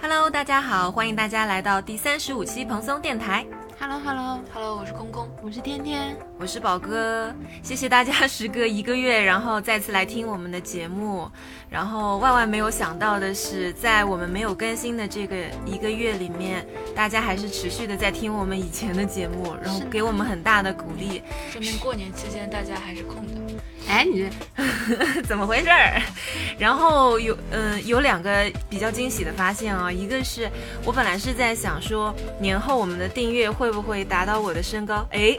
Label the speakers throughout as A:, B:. A: Hello，大家好，欢迎大家来到第三十五期蓬松电台。
B: Hello Hello，
A: Hello，我是公公，
B: 我是天天，
A: 我是宝哥，谢谢大家时隔一个月，然后再次来听我们的节目。然后万万没有想到的是，在我们没有更新的这个一个月里面，大家还是持续的在听我们以前的节目，然后
B: 是的
A: 给我们很大的鼓励。
B: 说明过年期间大家还是空的。
C: 哎，你这
A: 怎么回事儿？然后有嗯、有两个比较惊喜的发现啊、一个是我本来是在想说年后我们的订阅会不会达到我的身高，哎，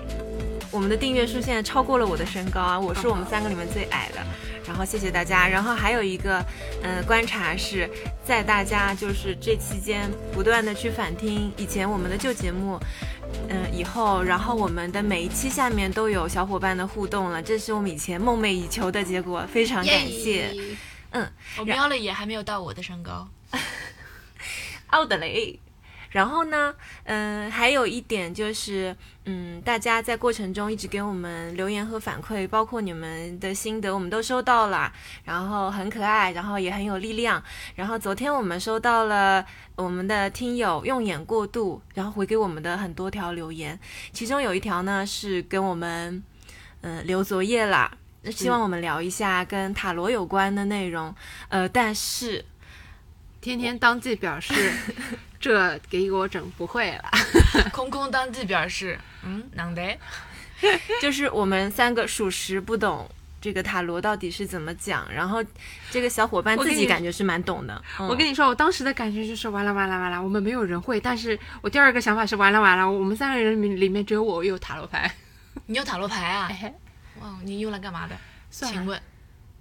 A: 我们的订阅数现在超过了我的身高啊，我是我们三个里面最矮的。然后谢谢大家。然后还有一个，嗯，观察是在大家就是这期间不断的去反听以前我们的旧节目，嗯，以后，然后我们的每一期下面都有小伙伴的互动了，这是我们以前梦寐以求的结果，非常感谢。
B: 耶
A: 嗯，
B: 我瞄了一眼，还没有到我的身 高。
A: 奥德雷。然后呢，嗯，还有一点就是，嗯，大家在过程中一直给我们留言和反馈，包括你们的心得，我们都收到了，然后很可爱，然后也很有力量。然后昨天我们收到了我们的听友用眼过度，然后回给我们的很多条留言，其中有一条呢是跟我们，嗯、留作业啦，希望我们聊一下跟塔罗有关的内容。呃，但是
C: 天天当即表 示，这给我整不会了。
B: 空空当地表示，嗯，能得。
A: 就是我们三个属实不懂这个塔罗到底是怎么讲，然后这个小伙伴
C: 我
A: 自
C: 跟
A: 己
C: 你
A: 感觉是蛮懂的。嗯
C: 我跟
A: 你
C: 你说，我当时的感觉就是完了完了完了，我们没有人会。但是我第二个想法是完了完了，我们三个人里面里面只有我有塔罗牌。
B: 你有塔罗牌啊？
C: 哎，
B: 哇，你用来干嘛的？
C: 算
B: 请
C: 了，
B: 问，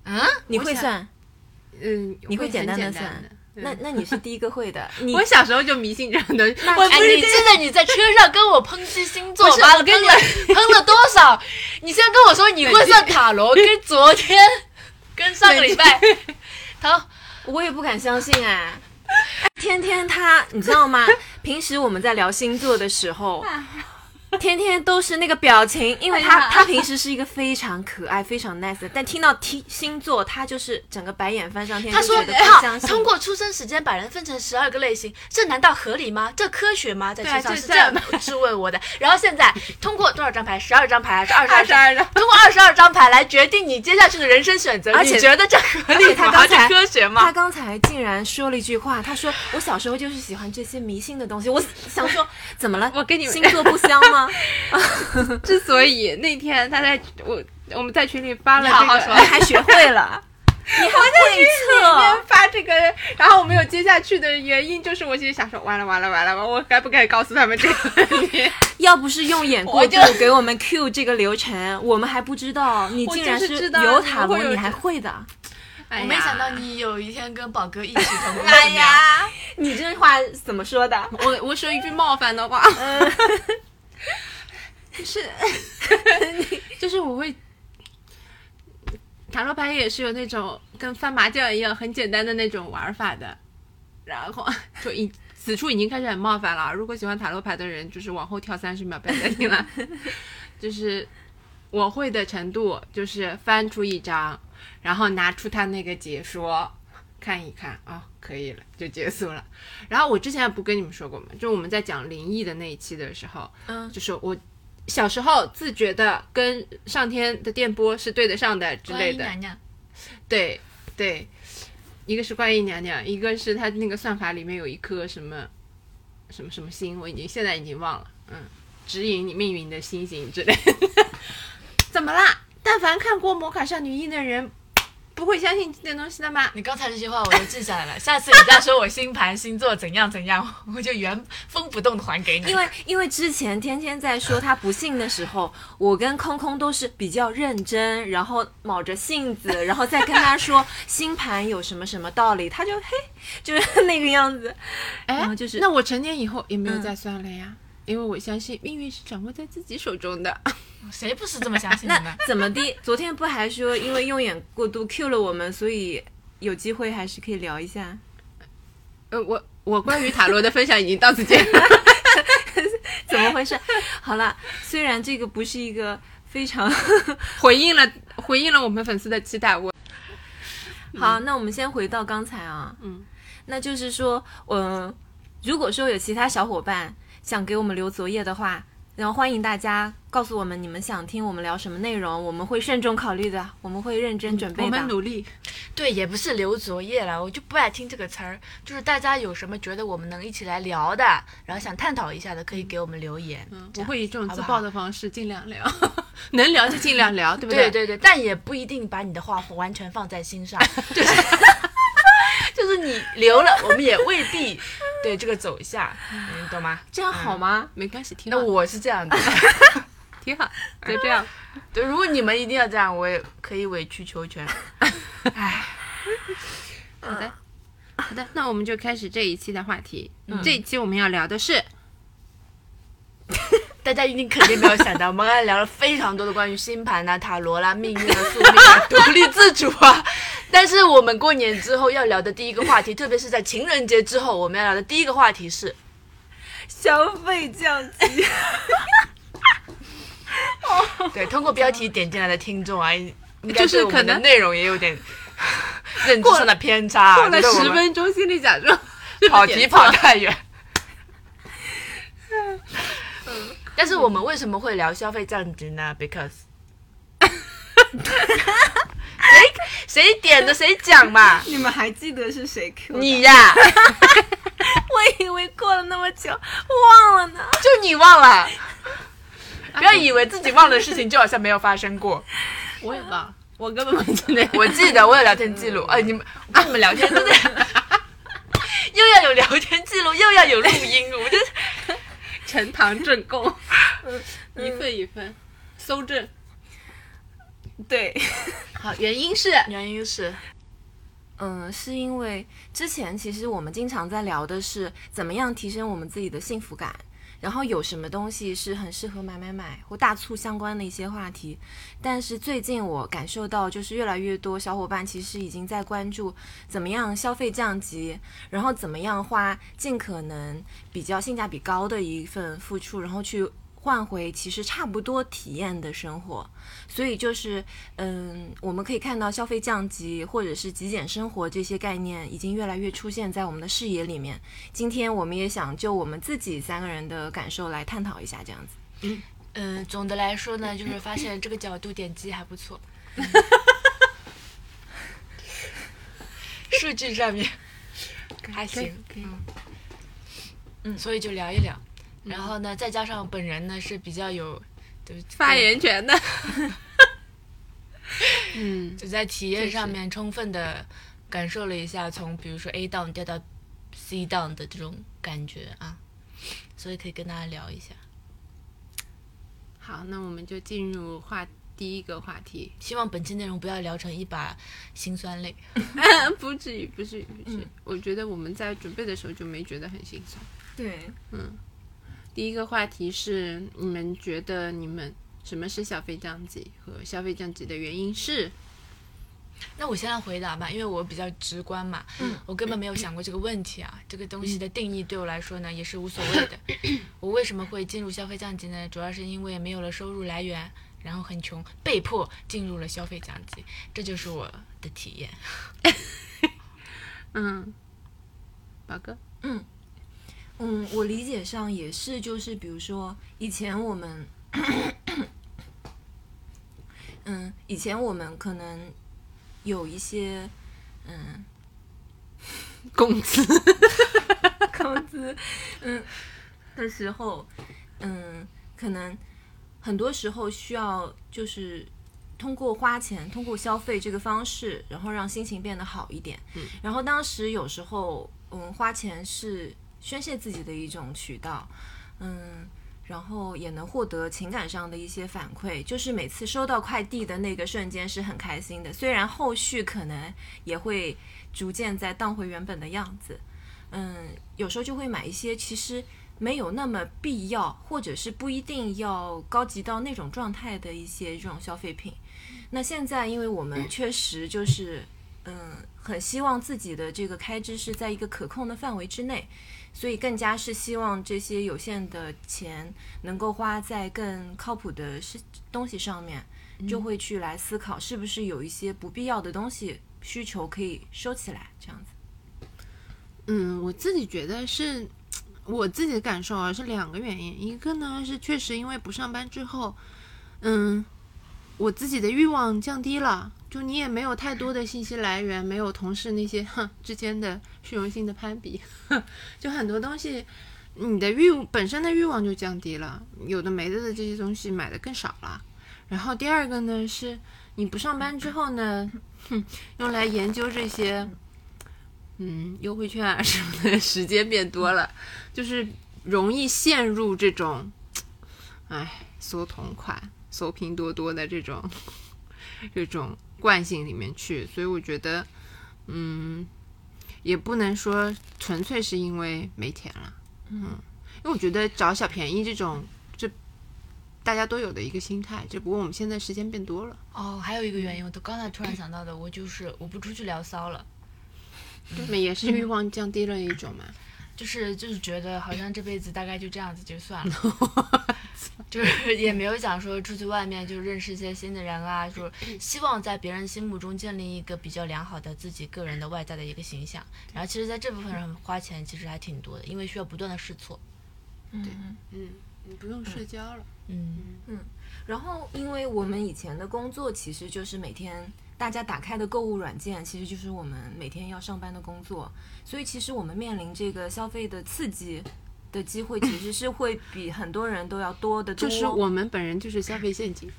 B: 嗯，
A: 你会
C: 我想
A: 算？
C: 嗯，
A: 你会
C: 会
A: 简
C: 很
A: 单
C: 简
A: 地
C: 单
A: 算
C: 的
A: 那
C: 嗯
A: 那你是第一个会 的，你
C: 我小时候就迷信这样的， 我
B: 哎，
C: 不
B: 你
C: 是
B: 记
C: 这
B: 得你在车上跟我抨击星座
C: 不，是
B: 完了
C: 我跟
B: 喷
C: 你
B: 了喷了多少？你先跟我说你会算塔 罗，跟昨天，跟上个礼拜，好，
A: 我也不敢相信哎。 天天他，你知道吗？平时我们在聊星座的时候，
C: 啊
A: 天天都是那个表情，因为
C: 哎
A: 他他平时是一个非常可爱、非常 nice 的，但听到听星座，他就是整个白眼翻上天，
B: 他说
A: 就觉得
C: 哎
A: 不
B: 啊
A: 相，信。
B: 通过出生时间把人分成十二个类型，这难道合理吗？这科学吗？在
C: 对啊
B: 学上
C: 这
B: 是这样
C: 这
B: 质问我的。然后现在通过多少张牌？十二张牌还是二十
C: 二
B: 二
C: 十
B: 张？
C: 二的，
B: 通过二十二张牌来决定你接下去的人生选择，
A: 而且
B: 你觉得这合
A: 而且
B: 理
A: 他
B: 吗？
A: 刚
B: 这
A: 才
B: 科学
A: 他
B: 吗？
A: 刚才竟然说了一句话，他说：“我小时候就是喜欢这些迷信的东西。”我想说， 怎么了？
C: 我跟你们
A: 星座不香 吗？
C: 之所以那天他在我我们在群里发了
B: 你好好
C: 这
B: 说
C: 个
A: 哎，还学会了，你还会
C: 今
A: 测
C: 天。发这个，然后我没有接下去的原因就是，我心里想说，完了完了完了，我该不该告诉他们这个问题？
A: 要不是用眼过
B: 我
A: 度
B: 就
A: 给我们 Q 这个流程，我们还不知道你
C: 我
A: 竟
C: 就
A: 然
C: 是知道
A: 有
C: 你
A: 塔
C: 会
A: 罗，
C: 有
A: 你
C: 这
A: 还会的。
C: 哎呀
B: 我没想到，你有一天跟宝哥一起同工。
C: 哎，呀，
A: 你这话怎么说的？
C: 我我说一句冒犯的话， 就是， 就是我会。塔罗牌也是有那种跟翻麻将一样很简单的那种玩法的，然后 就已此处已经开始很冒犯了啊。如果喜欢塔罗牌的人，就是往后跳三十秒，不要再听了。就是我会的程度，就是翻出一张，然后拿出他那个解说看一看啊、可以了，就结束了。然后我之前不跟你们说过吗？就我们在讲灵异的那一期的时候，
A: 嗯
C: 就是我小时候自觉的跟上天的电波是对得上的之
B: 观
C: 类
B: 音
C: 的，
B: 娘娘，
C: 对对，一个是观音娘娘，一个是她那个算法里面有一颗什么什么什么星，我已经现在已经忘了，嗯，指引你命运的星星之类的。 怎么啦？但凡看过《魔卡少女樱》的人，不会相信这点东西的吗？
B: 你刚才这句话我都记下来了，下次你再说我星盘星座怎样怎样，我就原封不动的还给你。
A: 因为因为之前天天在说他不信的时候，我跟空空都是比较认真，然后卯着性子，然后再跟他说星盘有什么什么道理，他就嘿就是 那个样子。
C: 哎
A: 然后就是
C: 那我成年以后也没有
A: 嗯
C: 再算了呀，因为我相信命运是掌握在自己手中的。
B: 谁不是这么相信的
A: 那
B: 呢？
A: 怎么的？昨天不还说因为用眼过度 Q 了我们，所以有机会还是可以聊一下。
C: 呃，我我关于塔罗的分享已经到此结 束。
A: 怎么回事？ 好了，虽然这个不是一个非常
C: 回应了回应了我们粉丝的期待，我
A: 好，那我们先回到刚才啊，
C: 嗯，
A: 那就是说，嗯、如果说有其他小伙伴想给我们留作业的话，然后欢迎大家告诉我们你们想听我们聊什么内容，我们会慎重考虑的，我们会认真准备
C: 我
A: 的。
C: 们努力。
B: 对，也不是留作业了，我就不爱听这个词儿。就是大家有什么觉得我们能一起来聊的，然后想探讨一下的，可以给我们留言。
C: 嗯，
B: 这
C: 我
B: 样
C: 会以这种
B: 好
C: 自
B: 不
C: 爆
B: 好
C: 的方式尽量聊， 能聊就尽量聊，对不
B: 对
C: 对
B: 对对，但也不一定把你的话完全放在心 上，就是就是你留了，我们也未必对这个走向，你懂吗？
A: 这样好吗？
C: 没关系，挺
B: 那
C: 好，
B: 我是这 样的，
C: 挺好，就这 样。
B: 对，如果你们一定要这样，我也可以委曲求全。
C: 好的，好的，那我们就开始这一期的话题。这一期我们要聊的是，
B: 大家一定肯定没有想到，我们刚才聊了非常多的关于星盘呐、塔罗啦、命运啊、宿命啊、独立自主 啊。但是我们过年之后要聊的第一个话题，特别是在情人节之后，我们要聊的第一个话题 是
A: 消
C: 嗯
A: 费降级，
B: 对，通过标题点进来的听众啊，应该
C: 就是
B: 对我
C: 可
B: 们的
C: 能
B: 内容也有点 认知上的偏差、
C: 过
B: 啊，觉
C: 了
B: 得我
C: 十
B: 们
C: 分钟，心里 假装是
B: 跑
C: 点
B: 题
C: 错
B: 跑太 远。嗯但是我们为什么会聊消费降级呢？Because 谁谁点的谁讲嘛？
A: 你们还记得是谁 Q？
B: 你呀，
A: 我以为过了那么久，忘了呢。
B: 就你忘了。不要以为自己忘了事情就好像没有发生过。
C: 我也忘， 我根本不记得。
B: 我记得我有聊天记录，哎，你们我跟你们聊天都在， 又要有聊天记录，又要有录音，我就是
C: 呈堂证 供，嗯一份一份搜证。
A: 对，
C: 好，原因是
B: 原因是
A: 嗯，是因为之前其实我们经常在聊的是怎么样提升我们自己的幸福感，然后有什么东西是很适合买买买或大促相关的一些话题。但是最近我感受到，就是越来越多小伙伴其实已经在关注怎么样消费降级，然后怎么样花尽可能比较性价比高的一份付出，然后去。换回其实差不多体验的生活，所以就是，嗯，我们可以看到消费降级或者是极简生活这些概念已经越来越出现在我们的视野里面。今天我们也想就我们自己三个人的感受来探讨一下，这样子。
B: 嗯，总的来说呢，就是发现这个角度点击还不错。数据上面还行，嗯嗯，所以就聊一聊。然后呢，再加上本人呢是比较有，就是
C: 发言权的。 嗯，
B: 就在体验上
C: 确实
B: 面充分的感受了一下从比如说 A down 掉到 C down 的这种感觉啊，所以可以跟大家聊一下。
C: 好，那我们就进入话第一个话题。
B: 希望本期内容不要聊成一把辛酸泪。
C: 不至于，不至于，不至于。我觉得我们在准备的时候就没觉得很心酸。嗯
A: 对，
C: 第一个话题是，你们觉得你们什么是消费降级和消费降级的原因是？
B: 那我先来回答吧，因为我比较直观嘛，我根本没有想过这个问题啊。这个东西的定义对我来说呢，也是无所谓的。我为什么会进入消费降级呢？主要是因为没有了收入来源，然后很穷，被迫进入了消费降级，这就是我的体验。
C: 嗯，宝哥，
A: 嗯，我理解上也是，就是比如说以前我们，嗯，以前我们可能有一些，嗯，
C: 工资，
A: 工资，嗯的时候，嗯，可能很多时候需要就是通过花钱、通过消费这个方式，然后让心情变得好一点。
C: 嗯、
A: 然后当时有时候，嗯，花钱是宣泄自己的一种渠道，嗯。然后也能获得情感上的一些反馈，就是每次收到快递的那个瞬间是很开心的，虽然后续可能也会逐渐再荡回原本的样子，嗯，有时候就会买一些其实没有那么必要，或者是不一定要高级到那种状态的一些这种消费品。那现在，因为我们确实就是，嗯，很希望自己的这个开支是在一个可控的范围之内，所以更加是希望这些有限的钱能够花在更靠谱的事东西上面，就会去来思考是不是有一些不必要的东西需求可以收起来，这样子。
C: 嗯，我自己觉得是我自己的感受啊，是两个原因。一个呢是确实因为不上班之后，嗯，我自己的欲望降低了，就你也没有太多的信息来源，没有同事那些哼之间的虚荣心的攀比，就很多东西，你的欲本身的欲望就降低了，有的没的的这些东西买的更少了。然后第二个呢是你不上班之后呢，哼，用来研究这些。嗯，优惠券啊什么的 时间变多了，就是容易陷入这种，哎，搜同款、搜拼多多的这种 这种惯性里面去。所以我觉得，嗯，也不能说纯粹是因为没钱了，嗯，因为我觉得找小便宜这种，这大家都有的一个心态，只不过我们现在时间变多了。
B: 哦，还有一个原因，我都刚才突然想到的，我就是我不出去聊骚了，
C: 那也是欲望降低了一种嘛。
B: 就是就是觉得好像这辈子大概就这样子就算了，就是也没有想说出去外面就认识一些新的人啊，说希望在别人心目中建立一个比较良好的自己个人的外在的一个形象。然后其实，在这部分上花钱其实还挺多的，因为需要不断的试错。
C: 嗯，你不用社交了。
B: 嗯，
A: 然后，因为我们以前的工作其实就是每天大家打开的购物软件，其实就是我们每天要上班的工作，所以其实我们面临这个消费的刺激的机会，其实是会比很多人都要多得多。
C: 就是我们本人就是消费陷阱，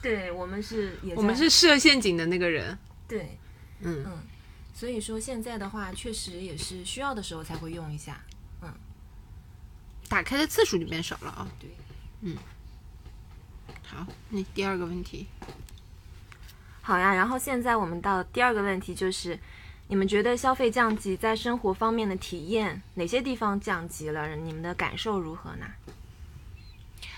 A: 对我们是也
C: 我们
A: 在
C: 是设陷阱的那个人。
A: 对，
C: 嗯
A: 嗯，所以说现在的话，确实也是需要的时候才会用一下。
C: 打开的次数就变少了啊。
A: 对，
C: 嗯，好，那第二个问题，
A: 好呀，然后现在我们到第二个问题，就是你们觉得消费降级在生活方面的体验，哪些地方降级了？你们的感受如何呢？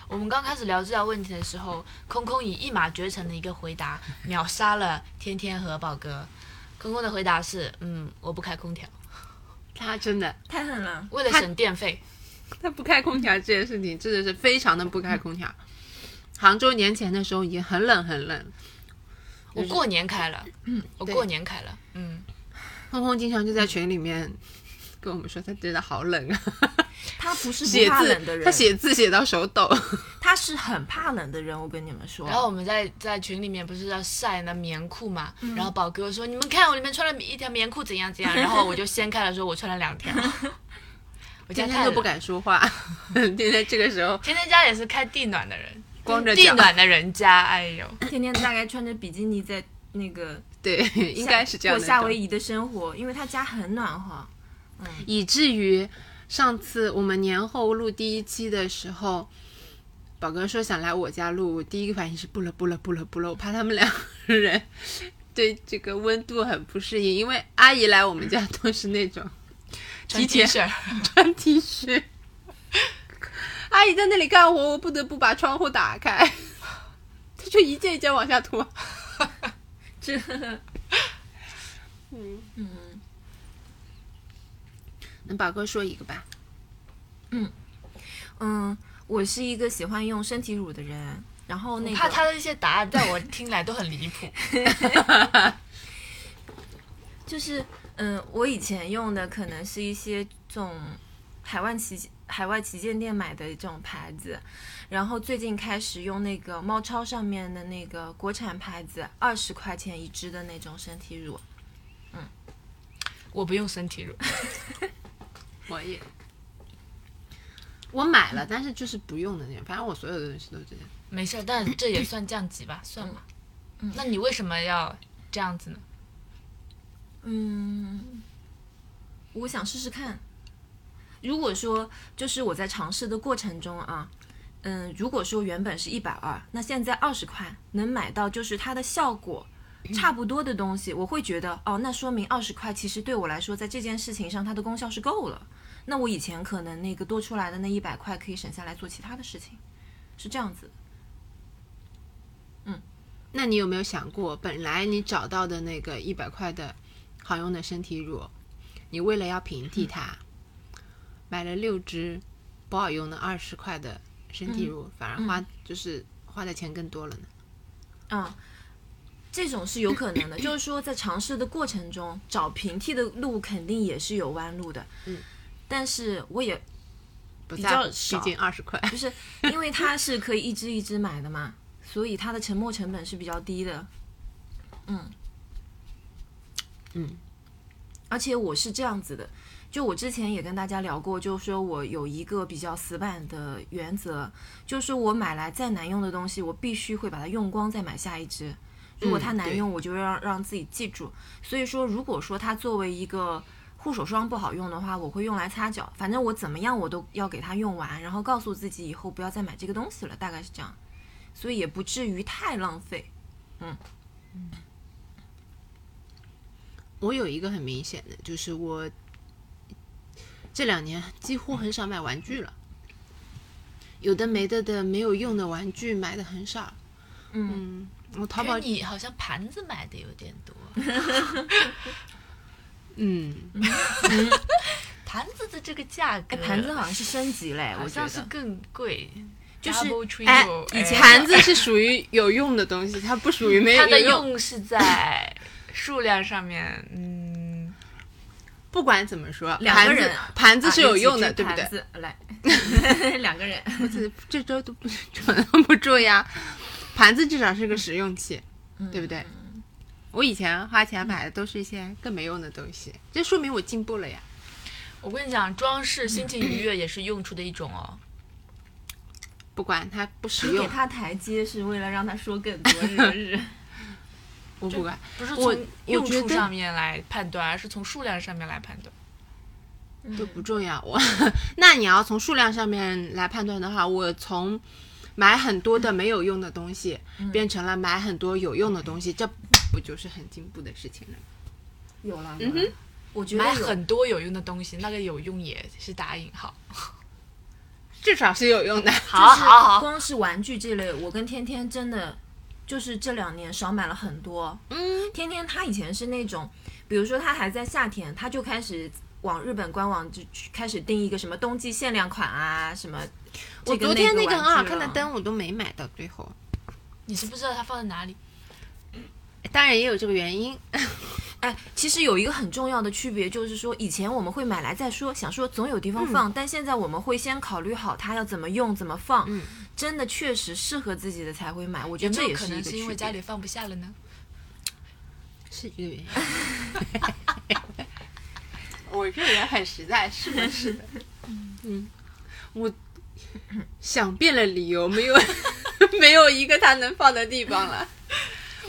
B: 我们刚开始聊这条问题的时候，空空以一马绝尘的一个回答秒杀了天天和宝哥。空空的回答是：嗯，我不开空调，
C: 他真的，
A: 太狠了，
B: 为了省电费。
C: 他不开空调这件事情真的是非常的不开空调。杭州年前的时候也很冷很冷，
B: 我过年开了，我
C: 对
B: 过年开了，嗯，
C: 空空经常就在群里面跟我们说他真的好冷啊，
A: 他不是
C: 写
A: 不怕冷的
C: 字
A: 人，
C: 他写字写到手抖。
A: 他是很怕冷的人，我跟你们说。
B: 然
C: 哦
B: 后我们在在群里面不是要晒那棉裤嘛，然后宝哥说你们看我里面穿了一条棉裤怎样怎样，然后我就掀开了说我穿了两条，我家
C: 天
B: 太
C: 天都
B: 冷
C: 不，敢说话， 天天这个时候
B: 天天家也是开地暖的人，
C: 光着
B: 地
C: 脚，
B: 暖的人家，哎呦，
A: 天天大概穿着比基尼在那个
C: 对， 应该是这样的
A: 过
C: 一
A: 夏
C: 种
A: 威夷的生活，因为他家很暖和。
C: 以至于上次我们年后录第一期的时候，宝哥说想来我家录，我第一个反应是不了不了不了不了，我怕他们两个人对这个温度很不适应，因为阿姨来我们家都是那种
B: 穿
C: 提
B: T
C: 前
B: 恤，
C: 穿 T 恤，阿姨在那里干活，我不得不把窗户打开， 他就一件一件往下拖。
A: 这
C: 嗯那宝哥说一个吧，
A: 嗯，我是一个喜欢用身体乳的人，然后那
B: 我
A: 个
B: 怕他的一些答案在我听来都很离谱，
A: 就是嗯、我以前用的可能是一些这种海外旗海外旗舰店买的这种牌子，然后最近开始用那个猫超上面的那个国产牌子，二十块钱一支的那种身体乳。
B: 我不用身体乳，
C: 我也。我买了，但是就是不用的那种，反正我所有的东西都这样。
B: 没事儿，但这也算降级吧，算吧，那你为什么要这样子呢？
A: 嗯，我想试试看。如果说就是我在尝试的过程中啊，嗯，如果说原本是一百二，那现在二十块能买到就是它的效果差不多的东西，我会觉得哦，那说明二十块其实对我来说，在这件事情上它的功效是够了。那我以前可能那个多出来的那一百块可以省下来做其他的事情，是这样子。
C: 那你有没有想过，本来你找到的那个一百块的好用的身体乳，你为了要平替它，买了六支不好用的二十块的
A: 嗯
C: 身体乳，反而花就是花的钱更多了呢？
A: 嗯，这种是有可能的，就是说在尝试的过程中找平替的路，肯定也是有弯路的。
C: 嗯，
A: 但是我也
C: 不
A: 比
C: 在
A: 较
C: 乎
A: 少
C: 毕竟二十块，
A: 就是因为它是可以一支一支买的嘛，所以它的沉没成本是比较低的。嗯，
C: 嗯，
A: 而且我是这样子的，就我之前也跟大家聊过，就是说我有一个比较死板的原则，就是我买来再难用的东西，我必须会把它用光再买下一支。如果它
C: 嗯
A: 难
C: 对
A: 用，我就让让自己记住。所以说，如果说它作为一个护手霜不好用的话，我会用来擦脚。反正我怎么样，我都要给它用完，然后告诉自己以后不要再买这个东西了，大概是这样。所以也不至于太浪费。
C: 我有一个很明显的，就是我这两年几乎很少买玩具了，有的没的的没有用的玩具买的很少。
A: 嗯，
C: 嗯，我淘
B: 因
C: 宝
B: 为你好像盘子买的有点多，
C: 嗯
B: 盘子的这个价格，
A: 哎，盘子好像是升级嘞，我
B: 好
A: 觉
B: 像是
A: 得。
B: 更贵，
A: 就是
B: double,
C: 哎
B: triple，，
C: 以前
B: 哎
C: 盘子是属于有用的东西，它不属于没有
B: 它的
C: 有用。
B: 用是在数量上面，嗯，
C: 不管怎么说，
A: 两个
C: 盘子
A: 人
C: 盘子是有用
A: 啊
C: 的，
A: 一起
C: 对
A: 去
C: 不对
A: 盘？子来， 两个人。
C: 我这这周都不 存不住呀。盘子至少是个实用器，
A: 嗯
C: 对不对？我以前花钱买的都是一些更没用的东西，这说明我进步了呀。
B: 我跟你讲，装饰心情愉悦也是用处的一种哦。
C: 不管它不实
A: 你给
C: 用，
A: 他台阶是为了让他说更多，是不 是？
C: 我不管。
B: 不是
C: 我
B: 从用
C: 我觉
B: 处
C: 得
B: 上面来判断，而是从数量上面来判断。
A: 嗯
C: 都不重要。我 那你要从数量上面来判断的话，我从买很多的没有用的东西，
A: 嗯
C: 变成了买很多有用的东西，这不就是很进步的事情了吗？
A: 有了，有
C: 嗯
A: 了
C: 哼。
A: 我觉
B: 买
A: 得有，
B: 很多有用的东西，那个有用也是打引号。
C: 至少是有用的。
B: 好好好，
A: 光是玩具这类，我跟天天真的就是这两年少买了很多。
C: 嗯，
A: 天天他以前是那种，比如说他还在夏天，他就开始往日本官网就去开始订一个什么冬季限量款啊，什么、
C: 我
A: 这个
C: 昨天那
A: 个
C: 个很好看
A: 玩具
C: 的
A: 了，
C: 灯我都没买到最后，
B: 你是不知道它放在哪里。
C: 当然也有这个原因。
A: 哎，其实有一个很重要的区别就是说，以前我们会买来再说，想说总有地
B: 嗯
A: 方放，但现在我们会先考虑好它要怎么用、怎么放，
C: 嗯
A: 真的确实适合自己的才会买。我觉得这
B: 有没
A: 也
B: 有可
A: 一
B: 能
A: 个
B: 是
A: 区
B: 因为
A: 别。
B: 家里放不下了呢？
C: 是一个原因。 我这人很实在，是不是的？嗯，我想遍了理由，没有 没有一个它能放的地方了，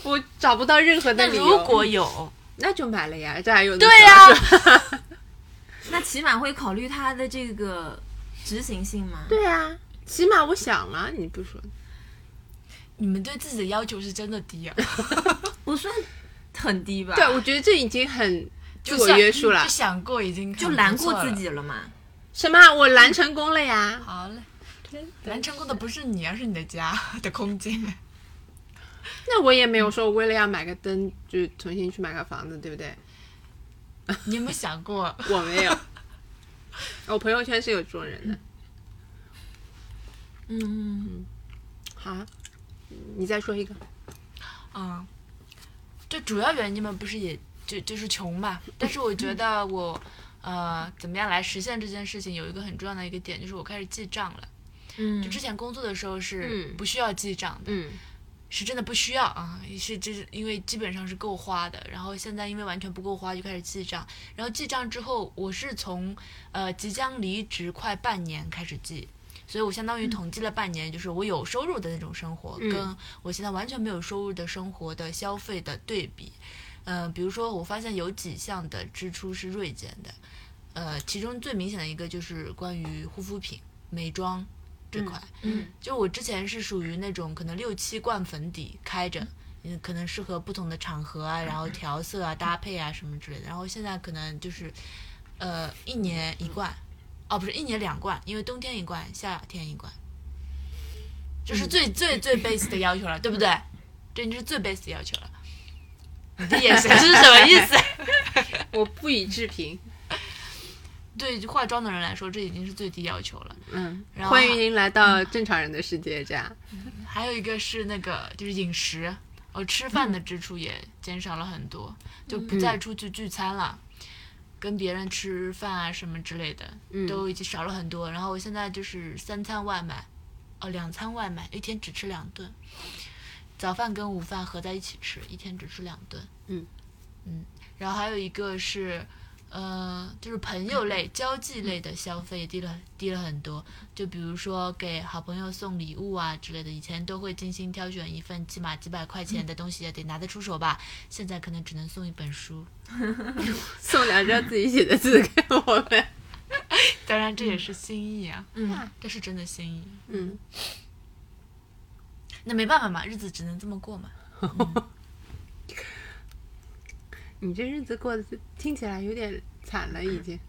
C: 我找不到任何的理由。
B: 有，
C: 那就买了呀，这还有
B: 对呀、
A: 那起码会考虑它的这个执行性吗？
C: 对呀、起码我想了，你不说
B: 你们对自己的要求是真的低啊，
A: 不算很低吧？
C: 对，我觉得这已经很自
B: 就
C: 我
B: 像
C: 约束了
B: 就。想过已经
A: 就
B: 很不
A: 拦
B: 错
A: 过自
B: 了。
A: 己了嘛。
C: 什么？啊我拦成功了呀！
B: 好嘞，难成功的不是你，而是你的家的空间。
C: 那我也没有说为了要买个灯就重新去买个房子，对不对？
B: 你有没有想过，
C: 我没有，我朋友圈是有这种人的。
A: 嗯，
C: 好，啊你再说一个。
B: 嗯，就主要原因嘛，不是也就就是穷嘛。但是我觉得我，呃，怎么样来实现这件事情，有一个很重要的一个点，就是我开始记账了。就
A: 嗯
B: 之前工作的时候是
C: 嗯
B: 不需要记账的，
C: 嗯
B: 是真的不需要啊，是就是因为基本上是够花的，然后现在因为完全不够花就开始记账，然后记账之后，我是从呃即将离职快半年开始记，所以我相当于统计了半年，就是我有收入的那种生活，
C: 嗯
B: 跟我现在完全没有收入的生活的消费的对比，嗯、比如说我发现有几项的支出是锐减的，呃，其中最明显的一个就是关于护肤品、美妆这块。
A: 嗯
B: 就我之前是属于那种可能六七罐粉底开着，嗯，可能适合不同的场合啊，然后调色啊、搭配啊什么之类的。然后现在可能就是，呃，一年一罐，哦，不是一年两罐，因为冬天一罐，夏天一罐，这是最最最 base 的要求了，对不对？这已经是最 base 的要求了。你的眼神是什么意思？
C: 我不予置评。
B: 对化妆的人来说，这已经是最低要求了。
C: 嗯，
B: 然后
C: 欢迎您来到正常人的世界，这样。
B: 还有一个是那个就是饮食，而吃饭的支出也减少了很多，就不再出去聚餐了，跟别人吃饭啊什么之类的，
C: 嗯
B: 都已经少了很多。然后我现在就是三餐外卖，哦，两餐外卖，一天只吃两顿，早饭跟午饭合在一起吃，一天只吃两顿。
C: 嗯
B: 嗯然后还有一个是。呃，就是朋友类、交际类
C: 嗯
B: 的消费也低了低了很多，就比如说给好朋友送礼物啊之类的，以前都会精心挑选一份起码几百块钱的东西，也得拿得出手吧。现在可能只能送一本书，
C: 送两张自己写的字给我们。
B: 当然这也是心意啊，
A: 嗯，
B: 这是真的心意。
C: 嗯，
B: 那没办法嘛，日子只能这么过嘛。
C: 你这日子过得听起来有点惨了，已经。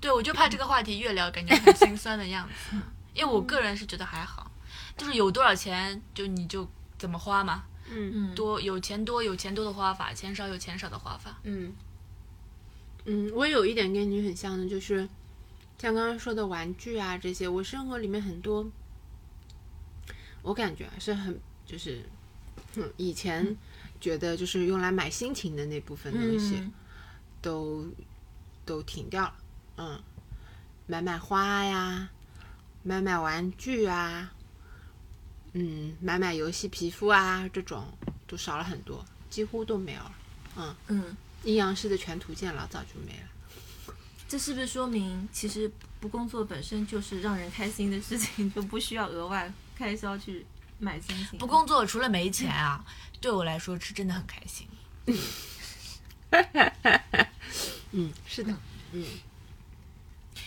B: 对，我就怕这个话题越聊，感觉很心酸的样子。
C: 嗯
B: 因为我个人是觉得还好，就是有多少钱就你就怎么花嘛，
C: 嗯
A: 嗯
B: 多有钱多有钱多的花法，钱少有钱少的花法。
C: 嗯嗯，我有一点跟你很像的，就是像刚刚说的玩具啊这些，我生活里面很多，我感觉是很就是，嗯，以前觉得就是用来买心情的那部分东西，
A: 嗯
C: 都都停掉了，嗯，买买花呀，买买玩具啊，嗯，买买游戏皮肤啊，这种都少了很多，几乎都没有了，嗯
A: 嗯，
C: 阴阳师的全图鉴老早就没了，
A: 这是不是说明其实不工作本身就是让人开心的事情， 就不需要额外开销去买心情？
B: 不工作除了没钱啊，对我来说是真的很开心。
C: 嗯，是的，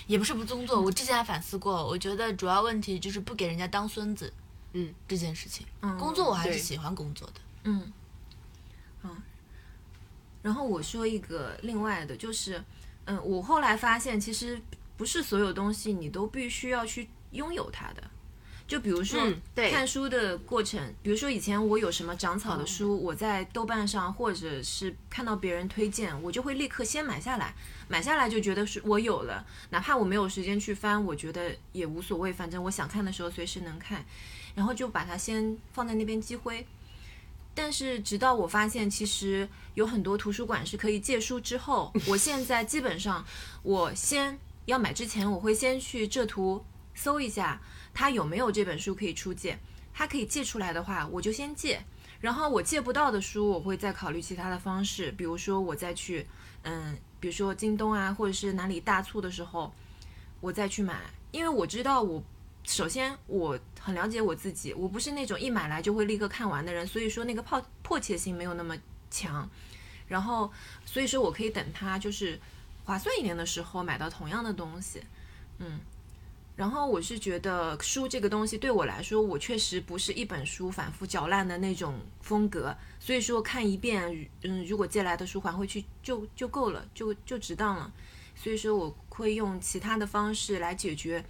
B: 也不是不工作，我之前还反思过，我觉得主要问题就是不给人家当孙子，
C: 嗯，
B: 这件事情。
A: 嗯
B: 工作我还
C: 对
B: 是喜欢工作的，
A: 嗯，嗯，然后我说一个另外的，就是，嗯，我后来发现，其实不是所有东西你都必须要去拥有它的。就比如说、
C: 嗯对
A: 看书的过程，比如说以前我有什么长草的书，我在豆瓣上或者是看到别人推荐，我就会立刻先买下来，买下来就觉得是我有了，哪怕我没有时间去翻，我觉得也无所谓，反正我想看的时候随时能看，然后就把它先放在那边积灰。但是直到我发现，其实有很多图书馆是可以借书之后，我现在基本上，我先要买之前，我会先去浙图搜一下，它有没有这本书可以出借。它可以借出来的话，我就先借。然后我借不到的书，我会再考虑其他的方式，比如说我再去，嗯，比如说京东啊，或者是哪里大促的时候，我再去买，因为我知道我首先我很了解我自己，我不是那种一买来就会立刻看完的人，所以说那个迫迫切性没有那么强。然后，所以说我可以等它就是划算一点的时候买到同样的东西，嗯。然后我是觉得书这个东西对我来说，我确实不是一本书反复嚼烂的那种风格，所以说看一遍，嗯，如果借来的书还回去就就够了，就就值当了。所以说我会用其他的方式来解决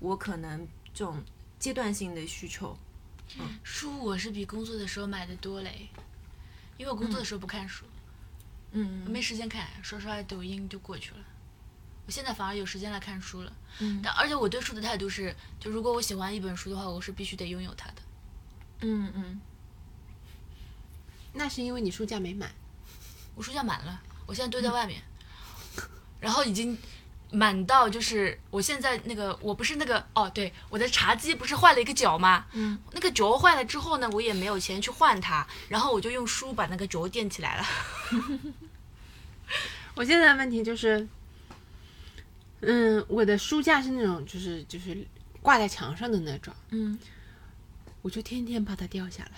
A: 我可能这种阶段性的需求。
B: 书我是比工作的时候买的多嘞，因为我工作的时候不看书，
A: 嗯
B: 我没时间看，刷刷抖音就过去了。我现在反而有时间来看书了，
A: 嗯
B: 但而且我对书的态度是，就如果我喜欢一本书的话，我是必须得拥有它的。
A: 嗯嗯，
C: 那是因为你书架没满，
B: 我书架满了，我现在堆在外面，然后已经满到就是我现在那个我不是那个哦，对，我的茶几不是坏了一个角吗？
A: 嗯，
B: 那个角坏了之后呢，我也没有钱去换它，然后我就用书把那个角垫起来了。
C: 我现在的问题就是，嗯，我的书架是那种就是就是挂在墙上的那种，
A: 嗯，
C: 我就天天怕它掉下来，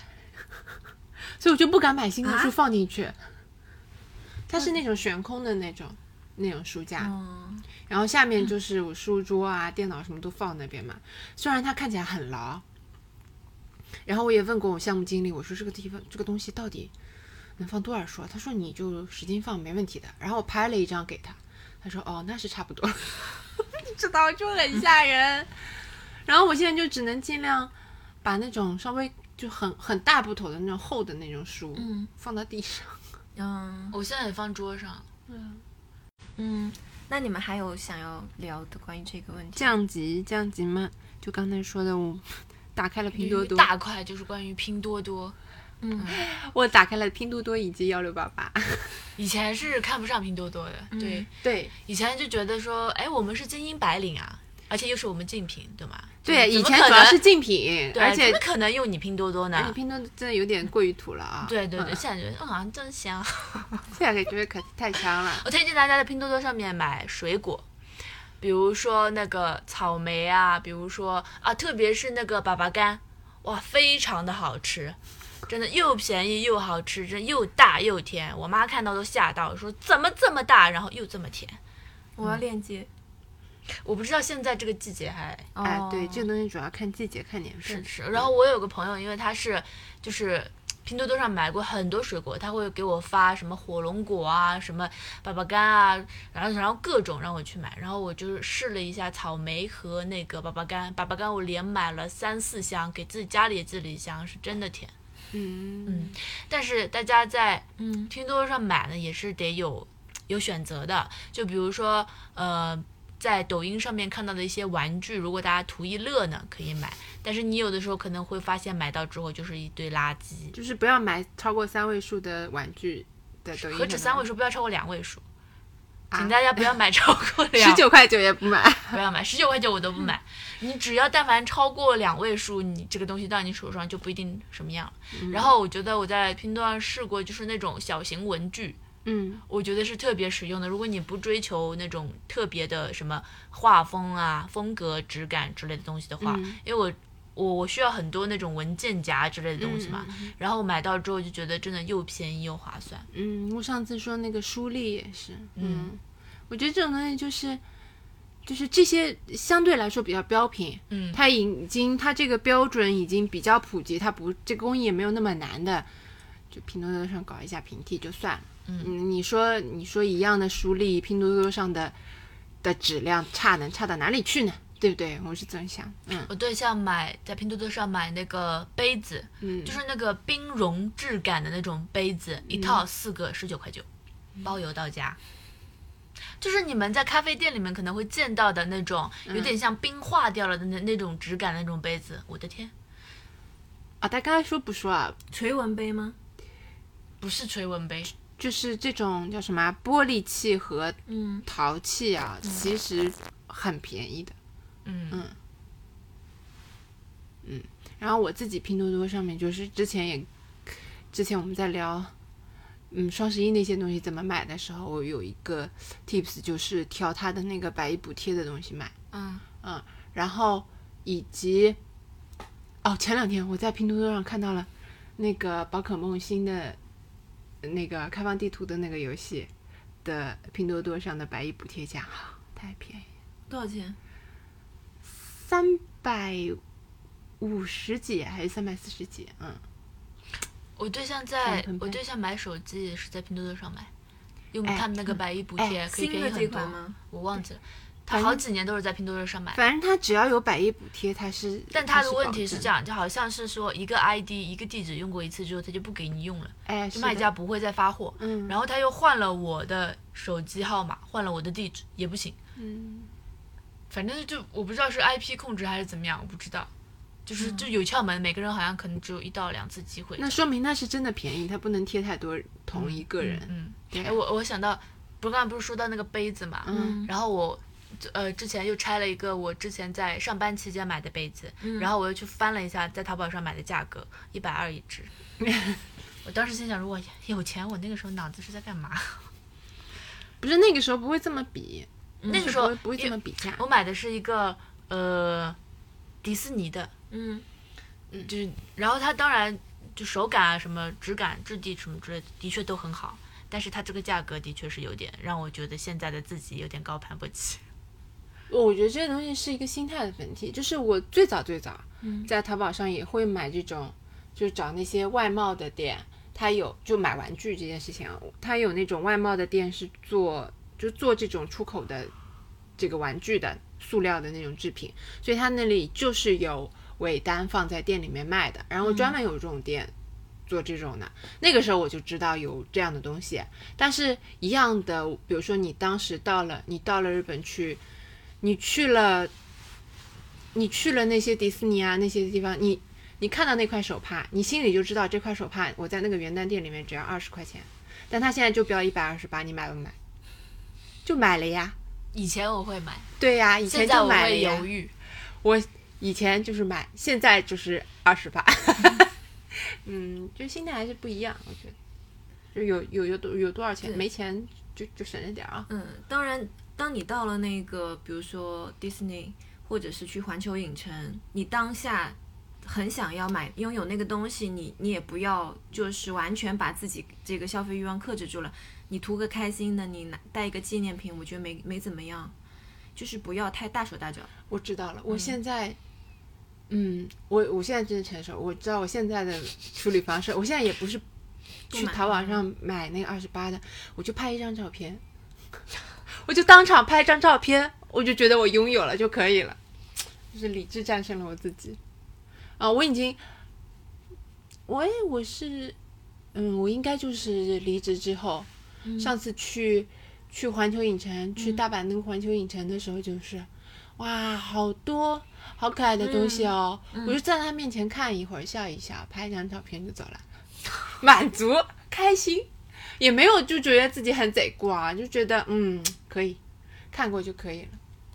C: 所以我就不敢买新的书
A: 啊
C: 放进去。它是那种悬空的那种那种书架，
A: 嗯
C: 然后下面就是我书桌啊、电脑什么都放那边嘛。虽然它看起来很牢，然后我也问过我项目经理，我说这个地方这个东西到底能放多少书啊？他说你就使劲放没问题的。然后我拍了一张给他，他说哦那是差不多， 你知道就很吓人。然后我现在就只能尽量把那种稍微就很很大部头的那种厚的那种书，
A: 嗯
C: 放到地上。
A: 嗯
B: 我现在也放桌上，
A: 嗯，那你们还有想要聊的关于这个问题？
C: 降级降级嘛，就刚才说的，我打开了拼多多，
B: 大块就是关于拼多多，
C: 我打开了拼多多以及幺六八八。
B: 以前是看不上拼多多的，对，
C: 对
B: 以前就觉得说，哎，我们是精英白领啊，而且又是我们竞品，对吗？
C: 对，
B: 怎
C: 以
B: 么
C: 前
B: 可
C: 主要
B: 能
C: 是竞品，
B: 对啊
C: 而
B: 怎
C: 且
B: 么可能用你拼多多
C: 而且
B: 呢？
C: 拼多多真的有点过于土了啊。
B: 对对对，
C: 嗯
B: 现在觉得嗯，好像真香。
C: 这个觉得可太香了。
B: 我推荐大家在拼多多上面买水果，比如说那个草莓啊，比如说啊，特别是那个粑粑干，哇，非常的好吃，真的又便宜又好吃，真的又大又甜。我妈看到都吓到，说怎么这么大，然后又这么甜。
A: 我要链接。
B: 我不知道现在这个季节还
C: 哎
A: 哦，
C: 对，这个东西主要看季节，看年
B: 是
C: 份
B: 不。是。然后我有个朋友，因为他是就是拼多多上买过很多水果，他会给我发什么火龙果啊，什么粑粑干啊，然后然后各种让我去买。然后我就是试了一下草莓和那个粑粑干，粑粑干我连买了三四箱，给自己家里也自己一箱，是真的甜。
C: 嗯
B: 嗯，但是大家在
A: 嗯
B: 拼多多上买呢，也是得有有选择的。就比如说，呃，在抖音上面看到的一些玩具，如果大家图一乐呢，可以买。但是你有的时候可能会发现，买到之后就是一堆垃圾，
C: 就是不要买超过三位数的玩具的抖音。
B: 何止三位？数，不要超过两位数。
C: 啊
B: 请大家不要买超过两，
C: 十九嗯块九也不买。
B: 不要买，十九块九我都不买。你只要但凡超过两位数，你这个东西到你手上就不一定什么样了。
C: 嗯
B: 然后我觉得我在拼多多上试过，就是那种小型文具，
C: 嗯，
B: 我觉得是特别实用的。如果你不追求那种特别的什么画风啊、风格、质感之类的东西的话，
C: 嗯
B: 因为我我我需要很多那种文件夹之类的东西嘛，
C: 嗯
B: 然后买到之后就觉得真的又便宜又划算。
C: 嗯，我上次说那个书立也是，
B: 嗯
C: 嗯，我觉得这种东西就是，就是这些相对来说比较标品，
B: 嗯
C: 它已经它这个标准已经比较普及，它不这个工艺也没有那么难的，就拼多多上搞一下平替就算了。
B: 嗯
C: 你说你说一样的书立，拼多多上的的质量差能差到哪里去呢？对不对？我是这么想，嗯
B: 我对象买在拼多多上买那个杯子，
C: 嗯，
B: 就是那个冰融质感的那种杯子，一套四个十九块九，包邮到家。就是你们在咖啡店里面可能会见到的那种，有点像冰化掉了的那那种质感的那种杯子，我的天，
C: 啊，他刚才说不说啊？
A: 垂纹杯吗？
B: 不是锤纹杯，
C: 就是这种叫什么啊玻璃器和
A: 嗯，
C: 陶器啊，其实很便宜的。
B: 嗯
C: 嗯然后我自己拼多多上面就是之前也，之前我们在聊，嗯，双十一那些东西怎么买的时候，我有一个 tips 就是挑它的那个百亿补贴的东西买，
B: 嗯
C: 然后以及，哦，前两天我在拼多多上看到了那个宝可梦新的那个开放地图的那个游戏的拼多多上的百亿补贴价，太便宜了。
A: 多少钱？啊
C: 三百五十几还是三百四十几？嗯，
B: 我对象在
C: 闪存杯
B: 我对象买手机也是在拼多多上买，用
C: 哎
B: 他们那个百亿补贴、可以
A: 新
B: 便
A: 的
B: 宜
A: 这
B: 很
A: 款
B: 多，
A: 吗？
B: 我忘记了，他好几年都是在拼多多上买。
C: 反正它只要有百亿补贴，它是。
B: 哎但
C: 它
B: 他的问题是这
C: 样，
B: 样，就好像是说一个 ID 一个地址用过一次之后，他就不给你用了，
C: 哎，
B: 就是卖
C: 的
B: 家，不会再发货。
C: 嗯，
B: 然后他又换了我的手机号码，换了我的地址，也不行。
C: 嗯，
B: 反正就我不知道是 IP 控制还是怎么样，我不知道。就是就有窍门，每个人好像可能只有一到两次机会。
C: 嗯那说明那是真的便宜，它不能贴太多同一个人。
B: 嗯，
C: 对
B: 哎，我我想到，不是刚才不是说到那个杯子嘛，
C: 嗯
B: 然后我。呃，之前又拆了一个我之前在上班期间买的杯子，然后我又去翻了一下在淘宝上买的价格，一百二一 只。我当时心想，如果有钱，我那个时候脑子是在干嘛？
C: 不是那个时候不会这么比，
B: 那个时候
C: 不会不会这
B: 因
C: 么比价。
B: 我买的是一个呃迪士尼的，
A: 嗯，
B: 就是然后它当然就手感啊什么质感、质地什么之类的，的确都很好。但是它这个价格的确是有点让我觉得现在的自己有点高攀不起。
C: 我觉得这个东西是一个心态的问题，就是我最早最早在淘宝上也会买这种，就是找那些外贸的店，它有就买玩具这件事情啊，它有那种外贸的店是做就做这种出口的这个玩具的塑料的那种制品，所以它那里就是有尾单放在店里面卖的，然后专门有这种店。做这种的，那个时候我就知道有这样的东西，但是一样的，比如说你当时到了，你到了日本去，你去了，你去了那些迪士尼啊那些地方，你你看到那块手帕，你心里就知道这块手帕我在那个元旦店里面只要二十块钱，但它现在就标一百二十八，你买不买？就买了呀。
B: 以前我会买，
C: 对呀，以前
B: 现在
C: 就
B: 我
C: 买了
B: 会
C: 呀
B: 犹。豫。
C: 我以前就是买，现在就是二十八。 嗯，就心态还是不一样，我觉得。就有有有多有多少钱，
A: 对
C: 没钱就就省着点儿啊。
A: 嗯，当然，当你到了那个，比如说 Disney，或者是去环球影城，你当下很想要买拥有那个东西，你你也不要就是完全把自己这个消费欲望克制住了，你图个开心的，你拿带一个纪念品，我觉得没没怎么样，就是不要太大手大脚。
C: 我知道了，我现在，嗯，我我现在真的成熟，我知道我现在的处理方式，我现在也不是去
A: 买
C: 淘宝上买那个二十八的，我就拍一张照片， 我就当场拍一张照片，我就觉得我拥有了就可以了，就是理智战胜了我自己。啊，我已经，喂，我是，嗯，我应该就是离职之后，上次去去环球影城，去大阪那个环球影城的时候，就是，哇，好多好可爱的东西哦！我就在他面前看一会儿，笑一笑，拍一张照片就走了， 满足开心，也没有就觉得自己很贼瓜，就觉得嗯可以，看过就可以了。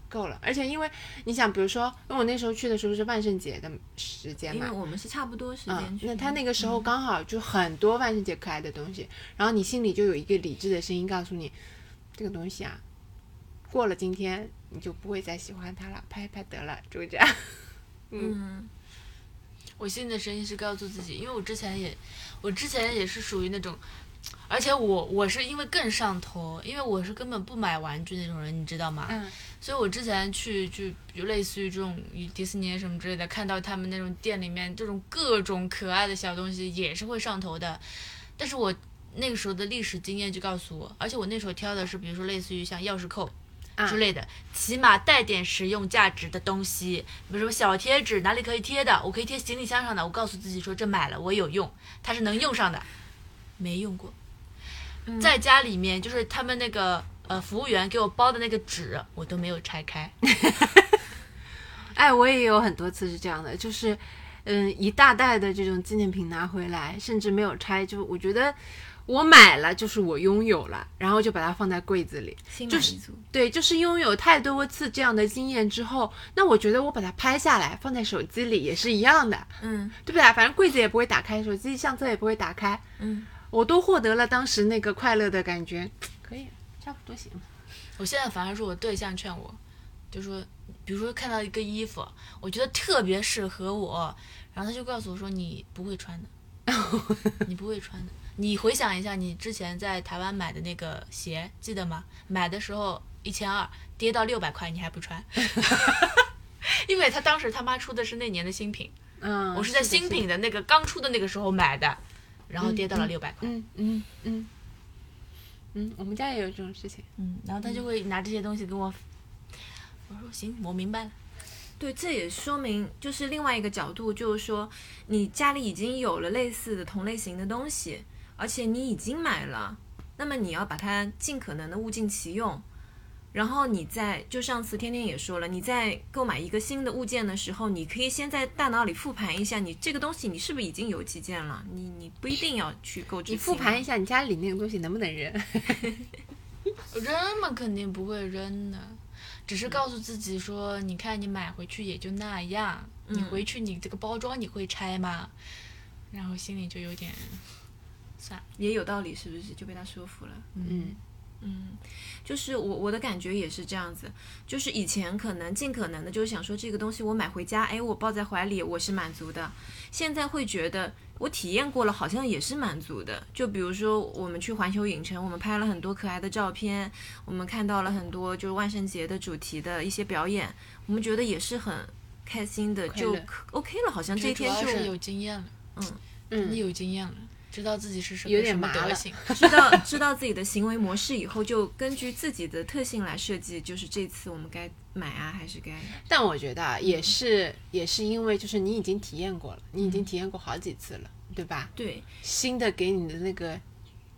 C: 够了，而且因为你想，比如说，因为我那时候去的时候是万圣节的时间
A: 因
C: 嘛
A: 为，我们是差不多时
C: 嗯
A: 间，去的、
C: 那他那个时候刚好就很多万圣节可爱的东西，然后你心里就有一个理智的声音告诉你，这个东西啊，过了今天你就不会再喜欢它了，拍一拍得了，就这样。
A: 嗯
B: 我心里的声音是告诉自己，因为我之前也，我之前也是属于那种，而且我我是因为更上头，因为我是根本不买玩具那种人，你知道吗？
C: 嗯
B: 所以我之前去去就类似于这种迪士尼什么之类的，看到他们那种店里面这种各种可爱的小东西也是会上头的，但是我那个时候的历史经验就告诉我，而且我那时候挑的是比如说类似于像钥匙扣。之类的，起码带点实用价值的东西，比如说小贴纸，哪里可以贴的，我可以贴行李箱上的。我告诉自己说，这买了我有用，它是能用上的，没用过。在家里面，就是他们那个呃服务员给我包的那个纸，我都没有拆开。
C: 哎，我也有很多次是这样的，就是，嗯，一大袋的这种纪念品拿回来，甚至没有拆，就我觉得我买了就是我拥有了，然后就把它放在柜子里。
A: 心满
C: 就是
A: 意足。
C: 对，就是拥有太多次这样的经验之后，那我觉得我把它拍下来放在手机里也是一样的，
A: 嗯
C: 对不对？反正柜子也不会打开，手机相册也不会打开，
A: 嗯，
C: 我都获得了当时那个快乐的感觉，可以，差不多行了。
B: 我现在反而是我对象劝我，就说，比如说看到一个衣服，我觉得特别适合我，然后他就告诉我说你不会穿的， 你不会穿的。你回想一下你之前在台湾买的那个鞋，记得吗？买的时候一千二，跌到六百块，你还不穿。 因为他当时他妈出的是那年的新品，
C: 嗯，
B: 我是在
C: 的
B: 新，品的那个刚出的那个时候买的，然后跌到了六百块。
C: 嗯嗯嗯嗯，我们家也有这种事情。
B: 嗯，然后他就会拿这些东西跟我，我说行，我明白了。
A: 对，这也说明就是另外一个角度，就是说你家里已经有了类似的同类型的东西，而且你已经买了，那么你要把它尽可能的物尽其用。然后你在就上次天天也说了，你在购买一个新的物件的时候，你可以先在大脑里复盘一下，你这个东西你是不是已经有几件了？你你不一定要去购置。
C: 你复盘一，下你家里那个东西能不能扔？
B: 扔嘛，肯定不会扔的，只是告诉自己说，你看你买回去也就那样，你回去你这个包装你会拆吗？然后心里就有点，
A: 也有道理，是不是就被他说服了？
C: 嗯，
A: 嗯，就是我我的感觉也是这样子，就是以前可能尽可能的就是想说这个东西我买回家，哎，我抱在怀里我是满足的，现在会觉得我体验过了，好像也是满足的。就比如说我们去环球影城，我们拍了很多可爱的照片，我们看到了很多就是万圣节的主题的一些表演，我们觉得也是很开心的， 就
C: 乐
A: 可 OK 了，好像这一
B: 主
A: 天
B: 要
A: 是
B: 是
A: 我
B: 有经验了，
C: 嗯
B: 你有经验了，知道自己是什么
C: 有点
B: 什么
C: 麻
B: 德
C: 了
B: 行。
A: 知道知道自己的行为模式以后，就根据自己的特性来设计，就是这次我们该买啊，还是该
C: 但我觉得啊也是，也是因为就是你已经体验过了，你已经体验过好几次了，对吧？
A: 对
C: 新的给你的那个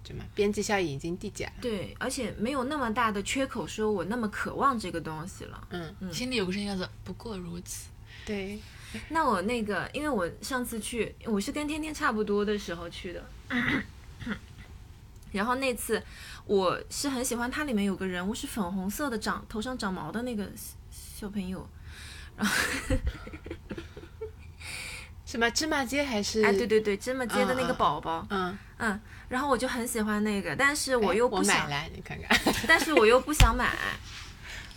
C: 什么边际效应已经递减了。
A: 对，而且没有那么大的缺口，说我那么渴望这个东西了。
C: 嗯，
B: 心里有个声音叫做“不过如此
C: 对，
A: 那我那个，因为我上次去，我是跟天天差不多的时候去的。然后那次我是很喜欢它里面有个人物是粉红色的长头上长毛的那个小小朋友，
C: 什么芝麻街还是？
A: 哎对，对对，芝麻街的那个
C: 嗯嗯
A: 宝宝，
C: 嗯，
A: 嗯，然后我就很喜欢那个，但是我又
C: 哎我
A: 不想
C: 买来你看看。
A: 但是我又不想 买，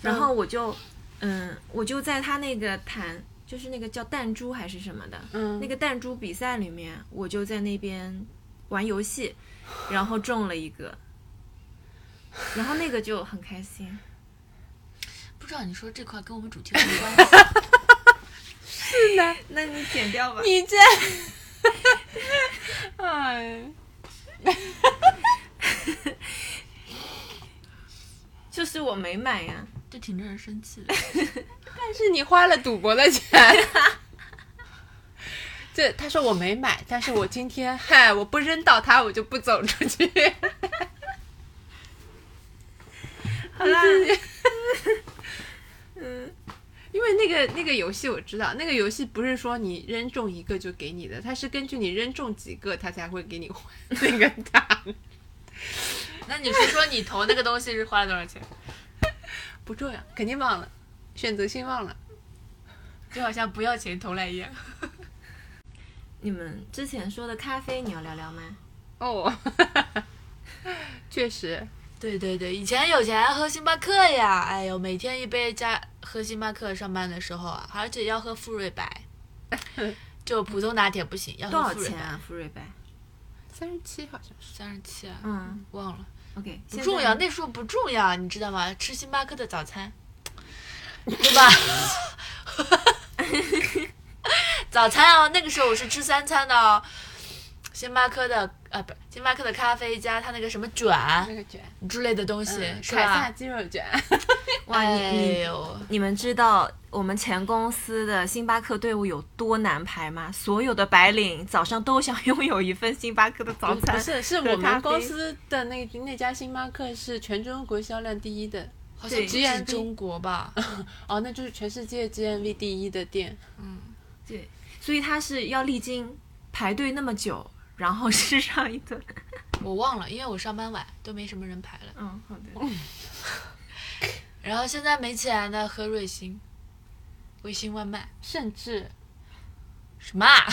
A: 然后我就，嗯，我就在他那个弹，就是那个叫弹珠还是什么的，
C: 嗯
A: 那个弹珠比赛里面，我就在那边玩游戏，然后中了一个，然后那个就很开心。
B: 不知道你说这块跟我们主题有什 么关系？
A: 那你剪掉吧。
C: 你这，哎，
A: 就是我没买呀，
B: 这挺让人生气的。
C: 但是你花了赌博的钱。这他说我没买，但是我今天嗨，我不扔到他，我就不走出去。
A: 好啦，
C: 因为那个那个游戏我知道，那个游戏不是说你扔中一个就给你的，它是根据你扔中几个，它才会给你换那个 大。
B: 那你说说你投那个东西是花了多少钱？
C: 不重要，肯定忘了，选择性忘了。
B: 就好像不要钱投来一样。
A: 你们之前说的咖啡，你要聊聊吗？
C: 哦， 确实，
B: 对对对，以前有钱还喝星巴克呀，哎呦，每天一杯加喝星巴克，上班的时候啊，而且要喝馥芮 白，就普通拿铁不行，要
A: 多
B: 喝
C: 嗯
A: 少
B: 馥芮
A: 钱
B: 白，
A: 啊，福瑞白？
C: 三十七好像是。
B: 三十七啊，
A: 嗯
B: 忘了，
A: ，OK，
B: 不重要，。那时候不重要，你知道吗？吃星巴克的早 餐，对吧？ 早餐哦，那个时候我是吃三餐的哦，星巴克的呃不，星巴克的咖啡加它那个什么卷
C: 那
A: 嗯
C: 个卷，
B: 之类的东西，
C: 嗯
B: 是
C: 凯撒
B: 吧？
C: 鸡肉卷，
A: 哇，你你
B: 哎呦，
A: 你们知道我们前公司的星巴克队伍有多难排吗？所有的白领早上都想 拥有一份星巴克的早餐。
C: 哦不是，是
A: 喝
C: 我
A: 咖啡
C: 们公司的那那家星巴克是全中国销量第一的，
B: 好像
A: 对
B: 不止
C: GMV
B: 中国吧？
C: 哦，那就是全世界 GMV 第一的店。
A: 对，所以他是要历经排队那么久，然后 吃上一顿。
B: 我忘了，因为我上班晚，都没什么人排了。
A: 嗯，好的。
B: 然后现在没钱的喝瑞幸，瑞幸外卖
C: 甚至
B: 什么、啊？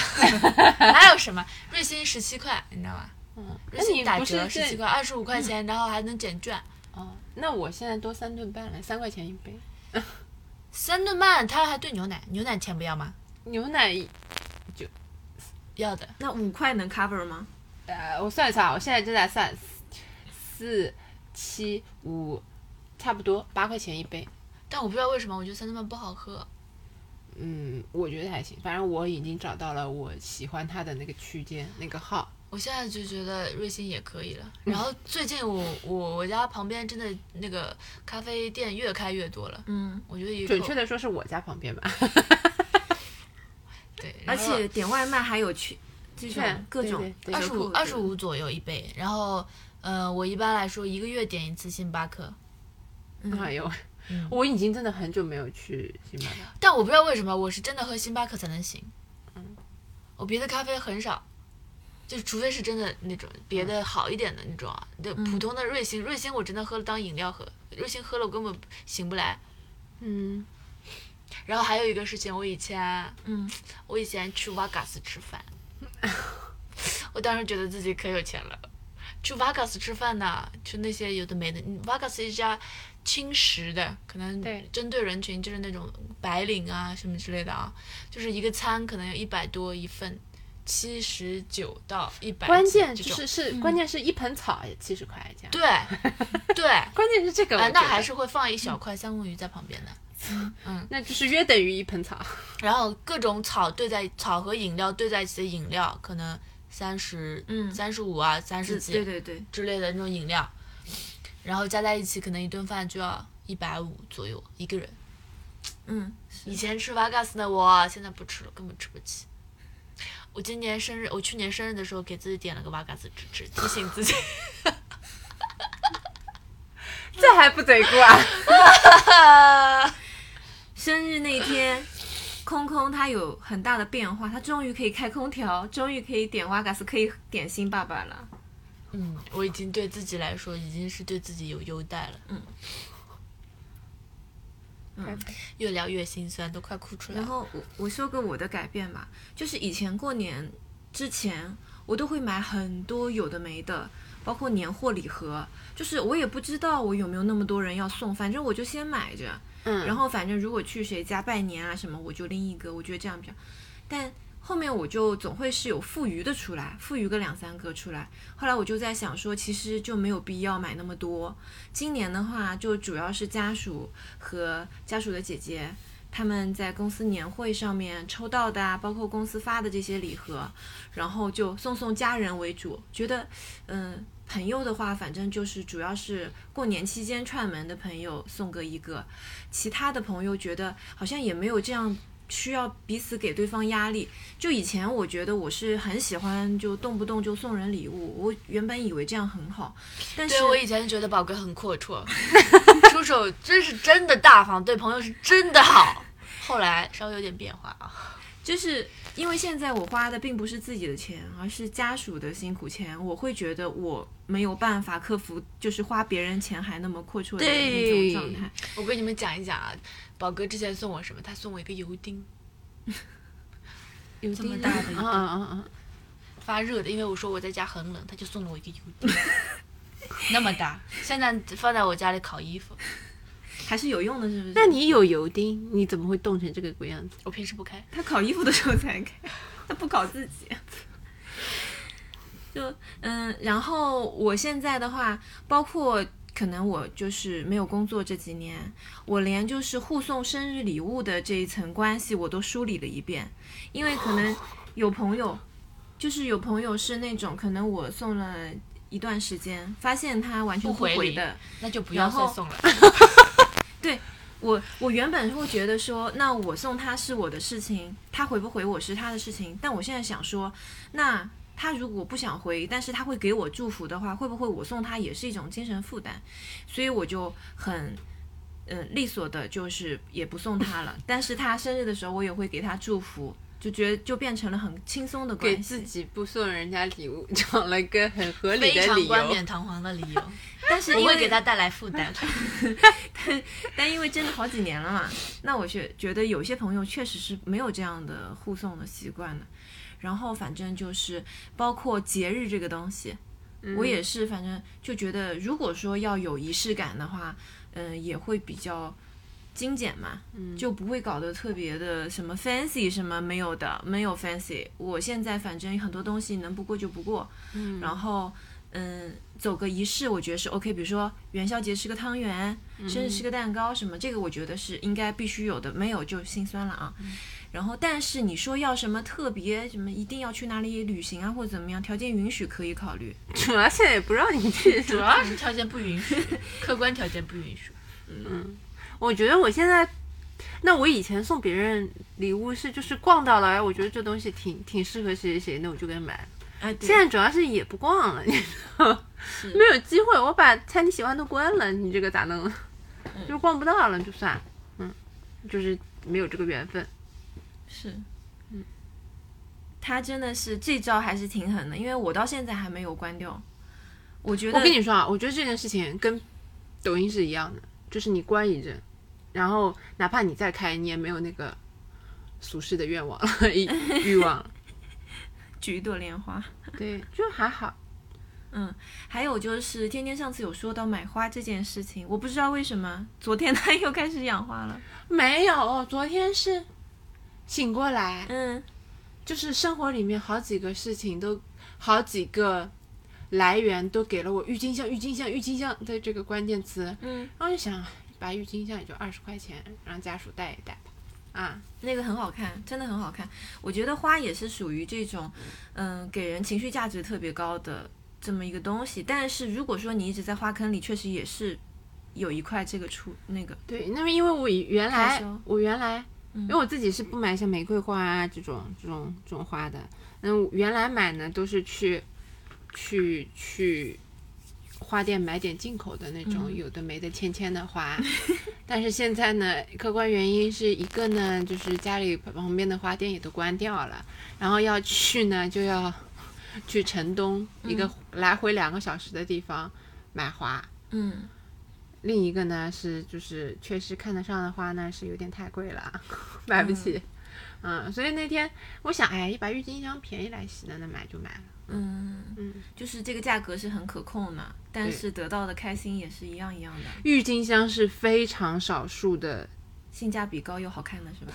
B: 还有什么？瑞幸十七块，你知道吗？
C: 嗯，
B: 瑞
C: 那
B: 幸
C: 你
B: 打
C: 不
B: 折
C: 是
B: 十七
C: 这
B: 块，二十五块钱，然后还能减券。
C: 哦？那我现在多三顿半了，三块钱一杯，
B: 三顿半，他还兑牛奶，牛奶钱不要吗？
C: 牛奶
B: 要的，
A: 那五块能 cover 吗？
C: 呃，我算一算啊，我现在正在算，四、七、五，差不多八块钱一杯。
B: 但我不知道为什么，我觉得三顿半不好喝。
C: 嗯，我觉得还行，反正我已经找到了我喜欢它的那个区间那个号。
B: 我现在就觉得瑞幸也可以了。然后最近我我我家旁边真的那个咖啡店越开越多了，
A: 嗯，
B: 我觉得也
C: 准确
B: 的
C: 的说是我家旁边吧，
B: 对，
A: 而且点外卖还有去这种
C: 券
A: 各种
C: 对对对
B: 二十五
A: 折扣
B: 二十五左右一杯，然后呃，我一般来说一个月点一次星巴克，
C: 哎呦
B: 嗯，
C: 我已经真的很久没有去星巴克了。
B: 但我不知道为什么我是真的喝星巴克才能醒，我别的咖啡很少，就除非是真的那种别的好一点的那种啊，就普通的瑞幸，瑞幸我真的喝了当饮料喝，瑞幸喝了我根本醒不来。
C: 嗯，
B: 然后还有一个事情，我以前啊
A: 嗯，
B: 我以前去瓦嘎斯吃 饭，我当时觉得自己可有钱了。去瓦嘎斯吃饭呢，去那些有的没的。瓦嘎斯一家轻食的，可能
C: 对
B: 针对人群就是那种白领啊什么之类的啊，就是一个餐可能有一百多一份，七十九到一百，
C: 关键
B: 这
C: 就
B: 种
C: 是是关键是一盆草也七十块一家，
B: 对 对，哎、
C: 关键是这个我觉得，
B: 那还是会放一小块三文鱼在旁边的。
C: 那就是约等于一盆草。
B: 然后各种草兑在草和饮料兑在一起的饮料，可能三十、
A: 嗯
B: 三十五啊、三
A: 对
B: 十
A: 对
B: 几
A: 对对，
B: 之类的那种饮料，然后加在一起，可能一顿饭就要一百五左右一个人。
A: 嗯，
B: 以前吃瓦嘎斯的我，现在不吃了，根本吃不起。我今年生日，我去年生日的时候给自己点了个瓦嘎斯吃吃，提醒 自己。
C: 这还不贼贵啊！
A: 生日那天，空空空它有很大的变化，它终于可以开空调，终于可以点瓦嘎斯，可以点新爸爸了。
B: 嗯，我已经对自己来说已经是对自己有优待了。嗯，
C: 拜拜
B: 越聊越心酸，都快哭出来
A: 然
B: 了。
A: 后我我说个我的改变吧，就是以前过年之前，我都会买很多有的没的，包括年货礼盒，就是我也不知道我有没有那么多人要送，反正我就先买着，
C: 嗯
A: 然后反正如果去谁家拜年啊什么，我就拎一个，我觉得这样比较。但后面我就总会是有富余的出来，富余个两三个出来。后来我就在想说，其实就没有必要买那么多。今年的话，就主要是家属和家属的姐姐他们在公司年会上面抽到的啊，包括公司发的这些礼盒，然后就送送家人为主，觉得，嗯。朋友的话，反正就是主要是过年期间串门的朋友送个一个，其他的朋友觉得好像也没有这样需要彼此给对方压力。就以前我觉得我是很喜欢就动不动就送人礼物，我原本以为这样很好，但是
B: 对我以前觉得宝哥很阔绰， 出手真是真的大方，对朋友是真的好。后来稍微有点变化啊，
A: 就是因为现在我花的并不是自己的钱，而是家属的辛苦钱，我会觉得我没有办法克服，就是花别人钱还那么阔绰的
C: 对
A: 那种状态。
B: 我跟你们讲一讲啊，宝哥之前送我什么？他送我一个油汀，
A: 有
B: 这么大的一
A: 哦
C: 嗯
B: 个
C: 嗯嗯
B: 发热的，因为我说我在家很冷，他就送了我一个油汀， 那么大，现在放在我家里烤衣服，
A: 还是有用的，是不是？
C: 那你有油汀，你怎么会冻成这个鬼样子？
B: 我平时不开。
A: 他烤衣服的时候才开，他不烤自己。就嗯，然后我现在的话，包括可能我就是没有工作这几年，我连就是互送生日礼物的这一层关系我都梳理了一遍，因为可能有朋友，就是有朋友是那种可能我送了一段时间，发现他完全
B: 不回
A: 回
B: 礼
A: 的，
B: 那就不要
A: 然
B: 再
A: 后
B: 送了。
A: 我我原本会觉得说，那我送他是我的事情，他回不回我是他的事情。但我现在想说，那他如果不想回，但是他会给我祝福的话，会不会我送他也是一种精神负担？所以我就很。嗯，利索的就是也不送他了，但是他生日的时候我也会给他祝福，就觉得就变成了很轻松的
C: 给
A: 关
C: 自
A: 系。
C: 己不送人家礼物找了一个很合理
B: 非
C: 的
B: 常
C: 理
B: 冠
C: 由。
B: 冕堂皇的理由，
A: 但 是
B: 不
A: 因为
B: 会给他带来负担。
A: 但因为真的好几年了嘛，那我觉觉得有些朋友确实是没有这样的互送的习惯的。然后反正就是包括节日这个东西，我也是反正就觉得，如果说要有仪式感的话，嗯、也会比较精简嘛，就不会搞得特别的什么 fancy 什么没有的，没有 fancy。我现在反正很多东西能不过就不过，嗯、然后。嗯，走个仪式，我觉得是 OK。比如说元宵节吃个汤圆，生日吃个蛋糕什么，这个我觉得是应该必须有的，没有就心酸了啊。
C: 嗯
A: 然后，但是你说要什么特别，什么一定要去哪里旅行啊，或者怎么样，条件允许可以考虑。
C: 主要现在也不让你去，
B: 主要是条件不允 许，客观条件不允许。
C: 我觉得我现在，那我以前送别人礼物是就是逛到了，哎，我觉得这东西挺挺适合谁谁谁，那我就给买。
A: 哎，对
C: 现在主要是也不逛了，你知道吗， 没有机会，我把猜你喜欢的关了，你这个咋弄？
A: 嗯
C: 就逛不到了，就算，嗯，就是没有这个缘分。
A: 是，嗯，他真的是这招还是挺狠的，因为我到现在还没有关掉。我觉得
C: 我跟你说啊，我觉得这件事情跟抖音是一样的，就是你关一阵，然后哪怕你再开，你也没有那个俗世的愿望 了，欲欲望了。
A: 举一朵莲花。
C: 对，就还好。
A: 还有就是，天天上次有说到买花这件事情，我不知道为什么，昨天 他又开始养花了。
C: 没有，昨天是醒过来，
A: 嗯，
C: 就是生活里面好几个事情都，好几个来源都给了我郁金香、郁金香、郁金香的这个关键词。
A: 嗯，
C: 然后就想，把郁金香也就二十块钱，让家属带一带吧。啊，
A: 那个很好看，真的很好看。我觉得花也是属于这种，嗯、给人情绪价值特别高的这么一个东西。但是如果说你一直在花坑里，确实也是有一块这个出那个，
C: 对，那么因为我以原
A: 害
C: 来
A: 羞
C: 我原来，因为我自己是不买像玫瑰花啊这种这种这种花的，那我原来买呢都是去去去花店买点进口的那种、有的没的千千的花，但是现在呢，客观原因是一个呢，就是家里旁边的花店也都关掉了，然后要去呢就要 去城东一个来回两个小时的地方买花，
A: 嗯，
C: 另一个呢是就是确实看得上的花呢是有点太贵了，啊 买不起。嗯所以那天我想，哎，一把郁金香便宜来洗呢，那买就买了。
A: 嗯，
C: 嗯，
A: 就是这个价格是很可控的，但是得到的开心也是一样一样的，
C: 郁金香是非常少数的，
A: 性价比高又好看的是吧？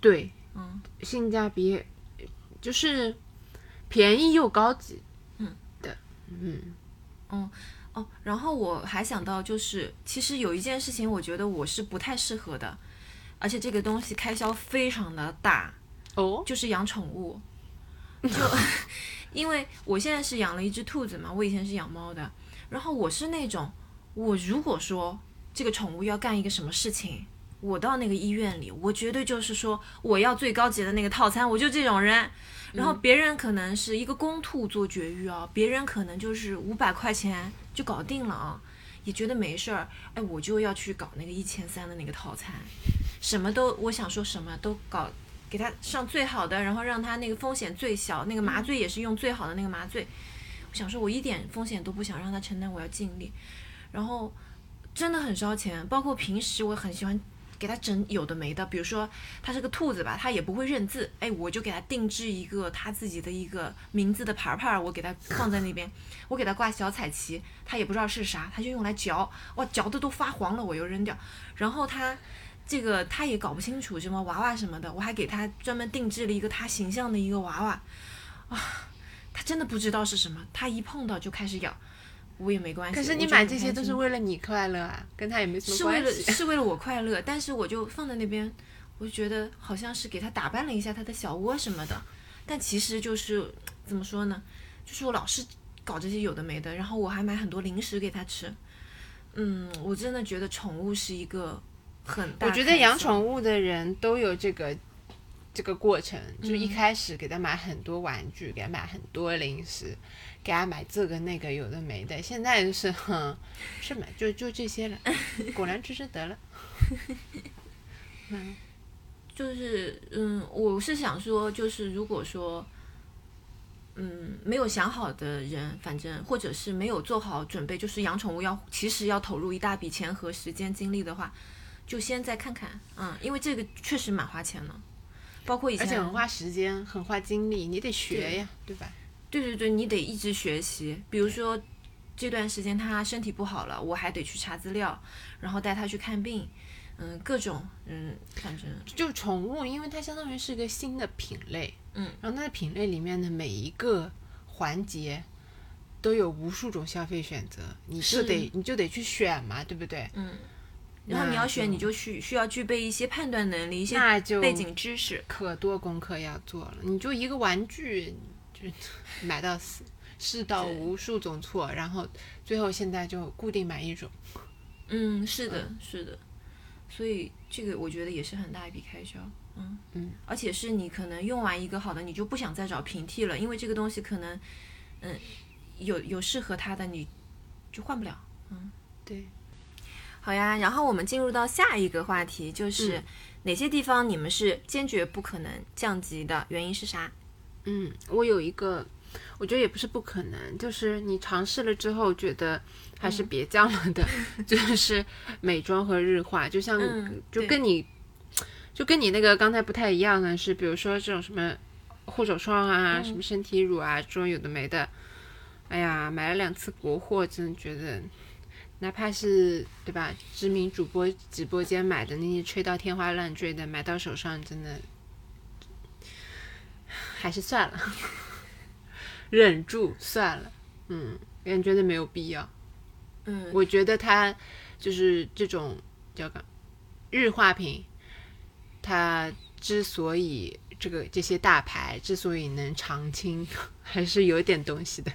C: 对，
A: 嗯，
C: 性价比就是便宜又高级。
A: 嗯
C: 的，嗯，
A: 哦，然后我还想到就是，其实有一件事情，我觉得我是不太适合的，而且这个东西开销非常的大，
C: 哦，
A: 就是养宠物，就因为我现在是养了一只兔子嘛，我以前是养猫的，然后我是那种，我如果说这个宠物要干一个什么事情，我到那个医院里，我绝对就是说我要最高级的那个套餐，我就这种人。然后别人可能是一个公兔做绝育啊，别人可能就是五百块钱就搞定了啊，也觉得没事儿。哎，我就要去搞那个一千三的那个套餐，什么都我想说什么都搞，给他上最好的，然后让他那个风险最小，那个麻醉也是用最好的那个麻醉。我想说，我一点风险都不想让他承担，我要尽力。然后真的很烧钱，包括平时我很喜欢给他整有的没的，比如说它是个兔子吧，它也不会认字，哎，我就给它定制一个它自己的一个名字的牌牌儿，我给它放在那边， 我给它挂小彩旗，它也不知道是啥，它就用来嚼，哇，嚼的都发黄了，我又扔掉，然后它。这个它也搞不清楚什么娃娃什么的，我还给它专门定制了一个它形象的一个娃娃，啊，它真的不知道是什么，它一碰到就开始咬，我也没关系。
C: 可是
A: 我
C: 你
A: 就
C: 买
A: 很
C: 这
A: 开
C: 些都是
A: 心
C: 为了你快乐啊，跟他也没什么
A: 是为
C: 关
A: 了
C: 系。
A: 是为了我快乐，但是我就放在那边，我就觉得好像是给他打扮了一下他的小窝什么的，但其实就是怎么说呢，就是我老是搞这些有的没的，然后我还买很多零食给他吃。嗯，我真的觉得宠物是一个很大，
C: 我觉得养宠，物的人都有这个这个过程，就是
A: 嗯
C: 一开始给他买很多玩具，给他买很多零食，给他买这个那个有的没的。现在就是，哼，是买就就 这些了，果然吃吃得了。嗯，
A: 就是嗯，我是想说，就是如果说。嗯，没有想好的人，反正或者是没有做好准备，就是养宠物要其实要投入一大笔钱和时间精力的话，就先再看看，嗯，因为这个确实蛮花钱的，包括以
C: 而
A: 前
C: 且很花时间，很花精力，你得学呀，对吧？
A: 对对对，你得一直学习。比如说这段时间他身体不好了，我还得去查资料，然后带他去看病，嗯，各种，嗯，反正
C: 就宠物，因为它相当于是个新的品类，
A: 嗯，
C: 然后它的品类里面的每一个环节都有无数种消费选择，你就是得你就得去选嘛，对不对？
A: 嗯，然后你要选，你就需需要具备一些判断能力，一些
C: 那就
A: 背景知识。
C: 可多功课要做了，你就一个玩具就买到死，试到无数种错，然后最后现在就固定买一种，
A: 嗯，是的，是的，所以这个我觉得也是很大一笔开销。嗯
C: 嗯，
A: 而且是你可能用完一个好的，你就不想再找平替了，因为这个东西可能，嗯，有有适合它的，你就换不了。
C: 对，
A: 好呀，然后我们进入到下一个话题，就是哪些地方你们是坚决不可能降级的，原因是啥？
C: 嗯，我有一个，我觉得也不是不可能，就是你尝试了之后觉得还是别降了的， 就是美妆和日化，就像、
A: 嗯
C: 就
A: 对
C: 跟你就跟你那个刚才不太一样的是，比如说这种什么护手霜啊、什么身体乳啊这种有的没的，哎呀，买了两次国货，真的觉得。哪怕是对吧，知名主播直播间买的那些吹到天花乱坠的，买到手上真的还是算了， 忍住算了。嗯，感觉得没有必要。
A: 嗯，
C: 我觉得它就是这种叫个日化品，它之所以这个这些大牌之所以能长青， 还是有点东西的。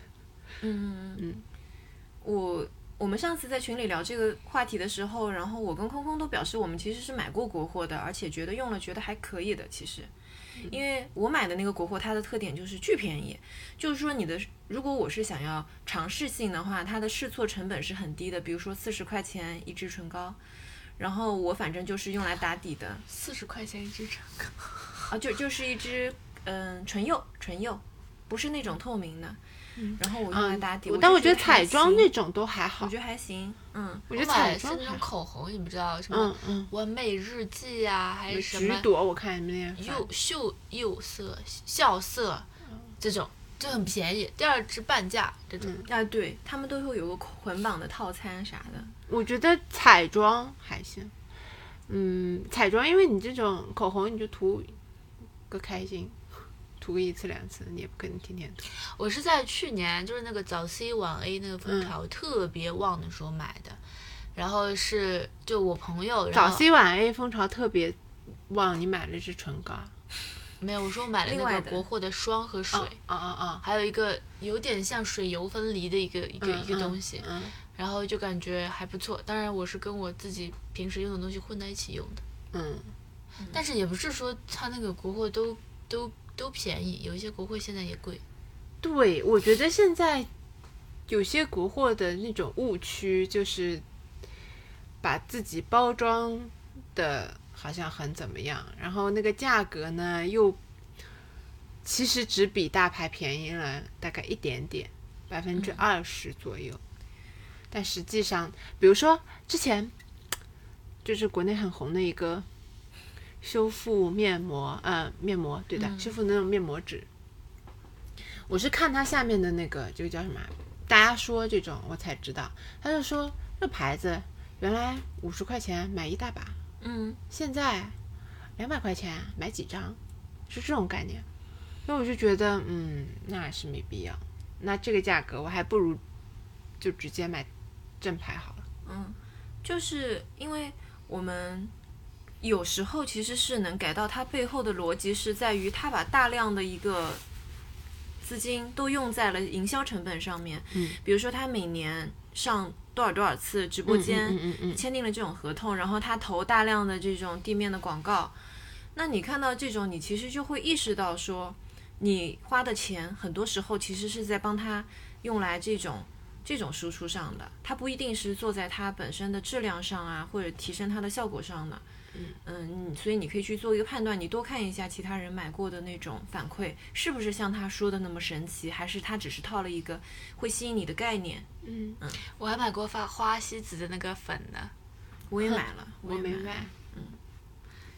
A: 我我们上次在群里聊这个话题的时候，然后我跟空空都表示我们其实是买过国货的，而且觉得用了觉得还可以的。其实，
C: 嗯
A: 因为我买的那个国货，它的特点就是巨便宜，就是说你的如果我是想要尝试性的话，它的试错成本是很低的，比如说四十块钱一支唇膏，然后我反正就是用来打底的
B: 四十块钱一支唇膏，
A: 啊，就就是一支嗯唇釉唇釉，不是那种透明的，然后我用来打底。
C: 嗯但我觉得
A: 就还
C: 彩妆
A: 行
C: 那种都还好
A: 我觉，得还行，嗯，
C: 我
B: 我
C: 觉得
B: 买
C: 彩
B: 的是
C: 妆
B: 那
C: 还
B: 种
C: 好。
B: 口红，你不知道什么
C: 嗯嗯，
B: 完美日记呀、还是什
C: 橘
B: 么
C: 朵我看你们那个
B: 釉秀釉色、笑色
C: 嗯
B: 这种，就很便宜，第二支半价这
C: 嗯
B: 种。
A: 啊对，他们都会有个捆绑的套餐啥的，
C: 我觉得彩妆还行，嗯，彩妆因为你这种口红你就涂个开心，涂个一次两次，你也不可能天天涂。
B: 我是在去年就是那个早 C 晚 A 那个
C: 嗯
B: 风潮特别旺的时候买的，然后是就我朋友，然
C: 早
B: 后
C: C 晚 A 风潮特别旺，你买了支唇膏，
B: 没有，我说我买了
A: 另
B: 那
A: 外
B: 个
A: 的
B: 国货的霜和水。
C: 啊啊啊，
B: 还有一个有点像水油分离的一个一个、
C: 嗯
B: 一个东西，
C: 嗯
B: 然后就感觉还不错。当然，我是跟我自己平时用的东西混在一起用的，
C: 嗯，
B: 但是也不是说它那个国货都都都便宜，有一些国货现在也贵。
C: 对，我觉得现在有些国货的那种误区就是把自己包装的好像很怎么样，然后那个价格呢又其实只比大牌便宜了大概一点点，百分之二十左右。但实际上，比如说之前就是国内很红的一个修复面膜，呃，面膜对的，修复那种面膜纸。我是看它下面的那个这个叫什么啊，大家说这种我才知道，他就说这牌子原来五十块钱买一大把，
A: 嗯，
C: 现在两百块钱买几张，是这种概念。所以我就觉得，嗯，那是没必要。那这个价格，我还不如就直接买正牌好了。
A: 就是因为我们有时候其实是能改到它背后的逻辑是在于它把大量的一个资金都用在了营销成本上面，
C: 嗯，
A: 比如说它每年上多少多少次直播间，
C: 嗯嗯嗯嗯
A: 签订了这种合同，然后他投大量的这种地面的广告，那你看到这种，你其实就会意识到说，你花的钱很多时候其实是在帮他用来这种这种输出上的，它不一定是做在它本身的质量上啊，或者提升它的效果上的。嗯，你所以你可以去做一个判断，你多看一下其他人买过的那种反馈，是不是像他说的那么神奇，还是他只是套了一个会吸引你的概念？
C: 嗯，
B: 我还买过发花西子的那个粉呢，
A: 我也买了，
C: 我
A: 也
C: 明
A: 买了
C: 白。嗯，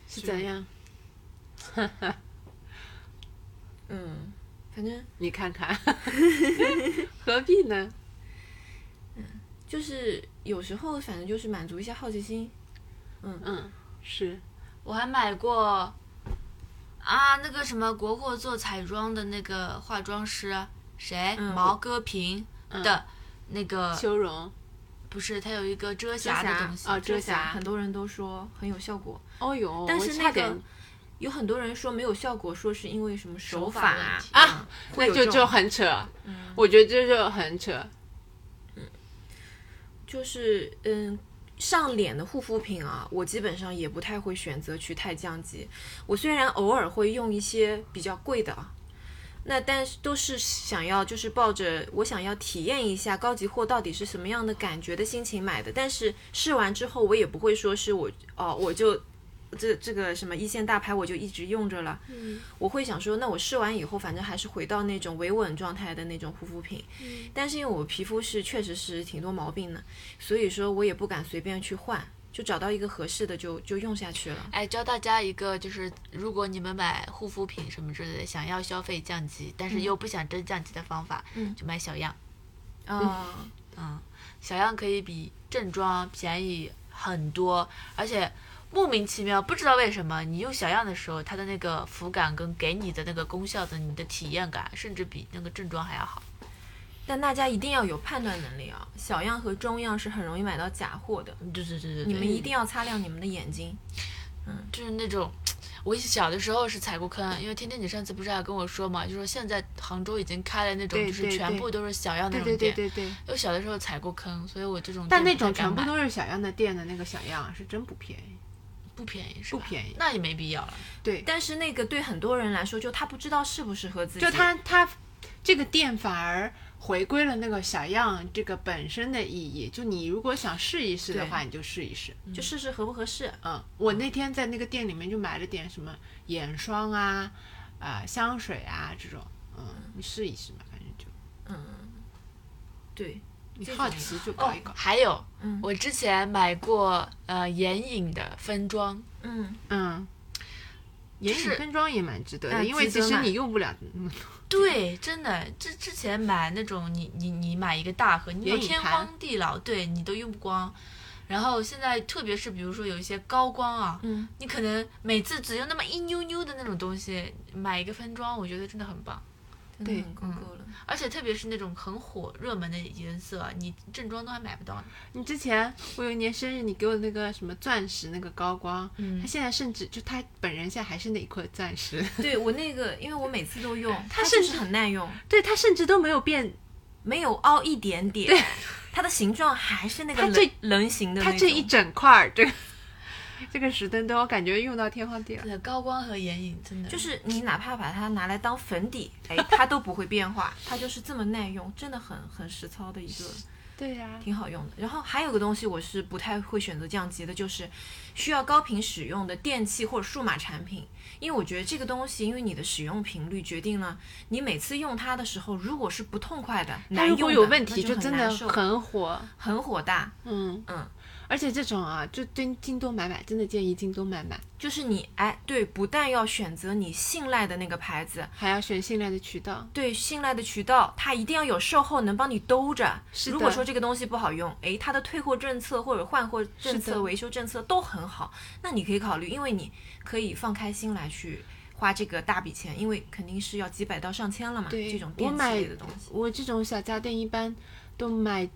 C: 是怎样？
A: 嗯，反正
C: 你看 看，何必呢？
A: 就是有时候反正就是满足一下好奇心。
C: 嗯，是
B: 我还买过啊那个什么国货做彩妆的那个化妆师谁、
A: 嗯
B: 毛戈平的那个、
C: 修容。
B: 不是，它有一个遮瑕的东西
C: 啊遮
A: 遮
C: 瑕
A: 很多人都说很有效果，
C: 哦哟，
A: 但
C: 我
A: 是
C: 差
A: 那
C: 点
A: 个有很多人说没有效果，说是因为什么手
B: 法
A: 法
B: 问
A: 啊
B: 题，
A: 啊会
C: 那
A: 有
C: 就
A: 这
C: 嗯就
A: 种
C: 很扯，我觉得这就很扯。
A: 就是嗯。上脸的护肤品啊，我基本上也不太会选择去太降级。我虽然偶尔会用一些比较贵的啊，那但是都是想要就是抱着我想要体验一下高级货到底是什么样的感觉的心情买的。但是试完之后，我也不会说是我哦，我就这这个什么一线大牌我就一直用着了。我会想说，那我试完以后，反正还是回到那种维稳状态的那种护肤品。但是因为我皮肤是确实是挺多毛病的，所以说我也不敢随便去换，就找到一个合适的就就用下去了。
B: 哎，教大家一个，就是如果你们买护肤品什么之类的，想要消费降级，但是又不想真降级的方法，
A: 嗯
B: 就买小样。
A: 啊、
B: 嗯，小样可以比正装便宜很多，而且莫名其妙，不知道为什么，你用小样的时候，它的那个肤感跟给你的那个功效的你的体验感，甚至比那个正装还要好。
A: 但大家一定要有判断能力啊！小样和中样是很容易买到假货的，
B: 对对对对对，
A: 你们一定要擦亮你们的眼睛。
C: 嗯
B: 就是那种，我小的时候是踩过坑，因为天天你上次不是还跟我说嘛，就说现在杭州已经开了那种，
C: 对
B: 就是
C: 对
B: 全
C: 对
B: 部都是小样那
C: 对
B: 种
C: 对
B: 店。
C: 对对对，
B: 我小的时候踩过坑，所以我这种
C: 但那
B: 店不
C: 种
B: 太敢
C: 全部
B: 买
C: 都是小样的店的那个小样啊是真不便宜。
B: 不便宜，是
C: 不
B: 吧
C: 便宜
B: 那也没必要了。
C: 对，
A: 但是那个对很多人来说，就他不知道适不适合自己。
C: 就它它这个店反而回归了那个小样这个本身的意义。就你如果想试一试的话，你就试一试。
A: 就试试合不合适。
C: 嗯，我那天在那个店里面就买了点什么眼霜啊、啊、香水啊这种，嗯，你试一试嘛，反正就
A: 对，
C: 你好奇就搞一搞。
B: 哦还有，我之前买过呃眼影的分装，
A: 嗯，
C: 嗯，眼
B: 是
C: 影分妆也蛮值得
A: 哎
C: 的，因为
A: 值
C: 其
A: 得
C: 实
A: 买
C: 你用不了嗯那么多。
B: 对，真的，之之前买那种你你你买一个大盒，你有
C: 眼影
B: 天
C: 盘
B: 荒地老，对你都用不光。然后现在特别是比如说有一些高光啊，
A: 嗯，
B: 你可能每次只用那么一妞妞的那种东西，买一个分装，我觉得真的很棒。
A: 真的
C: 对
A: 很够够了。
B: 而且特别是那种很火热门的颜色啊，你正装都还买不到呢。
C: 你之前我有一年生日，你给我的那个什么钻石那个高光，
B: 嗯
C: 他现在甚至就他本人现在还是那一颗钻石，
A: 对我那个，因为我每次都用，它
C: 甚
A: 就
C: 至
A: 是很耐用，
C: 对他甚至都没有变，
A: 没有凹一点点，它的形状还是那个
C: 它
A: 棱
C: 这
A: 棱形的那
C: 他
A: 种。
C: 这一整块儿这个 这个石墩墩，我感觉用到天荒地老。
B: 对，高光和眼影真的
A: 就是你哪怕把它拿来当粉底，哎， 它都不会变化，它就是这么耐用，真的很很实操的一个，
C: 对呀、
A: 挺好用的。然后还有个东西我是不太会选择降级的，就是需要高频使用的电器或者数码产品，因为我觉得这个东西，因为你的使用频率决定了你每次用它的时候，如果是不痛快的，
C: 他
A: 难
C: 如
A: 用
C: 果
A: 的
C: 有问题，
A: 那就
C: 真
A: 很
C: 的
A: 难受
C: 很火，
A: 很火大。
C: 嗯
A: 嗯，
C: 而且这种啊，就对京东买买，真的建议京东买买，
A: 就是你哎，对，不但要选择你信赖的那个牌子，
C: 还要选信赖的渠道。
A: 对信赖的渠道，它一定要有售后能帮你兜着。
C: 是的
A: 如果说这个东西不好用，诶，它的退货政策或者换货政
C: 是的
A: 策、维修政策都很好，那你可以考虑，因为你可以放开心来去花这个大笔钱，因为肯定是要几百到上千了嘛。
C: 对
A: 这种
C: 我
A: 电器
C: 买
A: 类的东西，
C: 我这种小家电一般都买，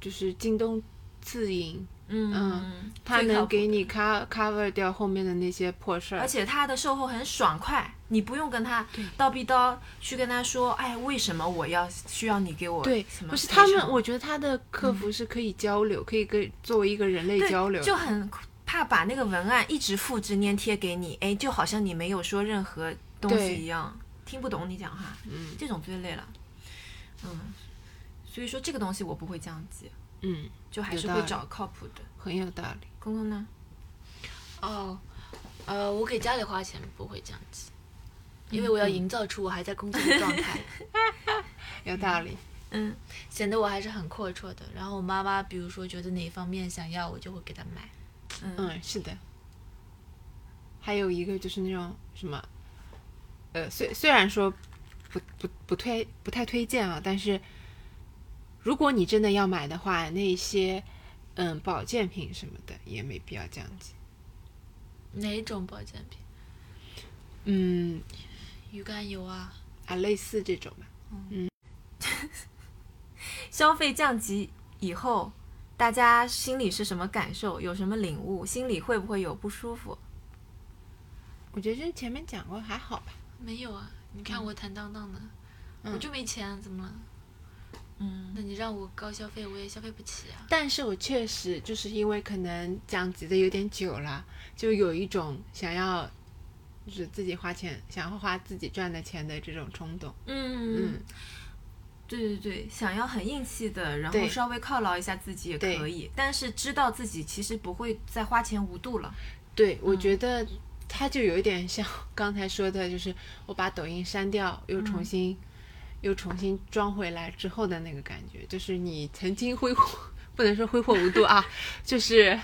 C: 就是京东自营，
A: 嗯
C: 嗯，它
A: 最靠
C: 能
A: 谱
C: 给你 cover cover 掉后面的那些破事
A: 而
C: 儿。
A: 且它的售后很爽快，你不用跟他叨逼叨去跟他说，哎，为什么我要需要你给我
C: 对
A: 什，么
C: 不是
A: 赔
C: 他们，
A: 偿
C: 我觉得他的客服是可以交流，可以跟作为一个人类
A: 嗯对，
C: 交流。
A: 就很怕把那个文案一直复制粘贴给你，哎，就好像你没有说任何东
C: 对
A: 西一样，听不懂你讲话，
C: 嗯
A: 这种最累了，嗯，所以说这个东西我不会降级，
C: 嗯，
A: 就还
C: 有
A: 是
C: 道
A: 会
C: 理
A: 找靠谱的。
C: 很有道理。
A: 公公呢？
B: 哦，呃，我给家里花钱不会降级，因为我要营造出我还在工作的状 态。
C: 有道理，
A: 嗯，
B: 显得我还是很阔绰的。然后我妈妈，比如说觉得哪一方面想要，我就会给她买。
C: 嗯，是的。还有一个就是那种什么，呃，虽虽然说不不不推不太推荐啊，但是如果你真的要买的话，那些嗯保健品什么的也没必要降级。
B: 哪种保健品？
C: 嗯
B: 鱼肝油啊，
C: 啊，类似这种吧。
A: 消费降级以后，大家心里是什么感受？有什么领悟？心里会不会有不舒服？
C: 我觉得这前面讲过，还好吧。
B: 没有啊。你看我坦荡荡的，我就没钱，怎么了？
A: 嗯，
B: 那你让我高消费，我也消费不起啊。
C: 但是我确实就是因为可能降级的有点久了，就有一种想要就是自己花钱，想要花自己赚的钱的这种冲动。
A: 嗯
C: 嗯，
A: 对对对，想要很硬气的，然
C: 对
A: 后稍微犒劳一下自己也
C: 对
A: 可以，但是知道自己其实不会再花钱无度 了。
C: 对，我觉得它就有一点像 刚才说的，就是我把抖音删掉，又重新、又重新装回来之后的那个感觉，就是你曾经挥霍，不能说挥霍无度啊，就是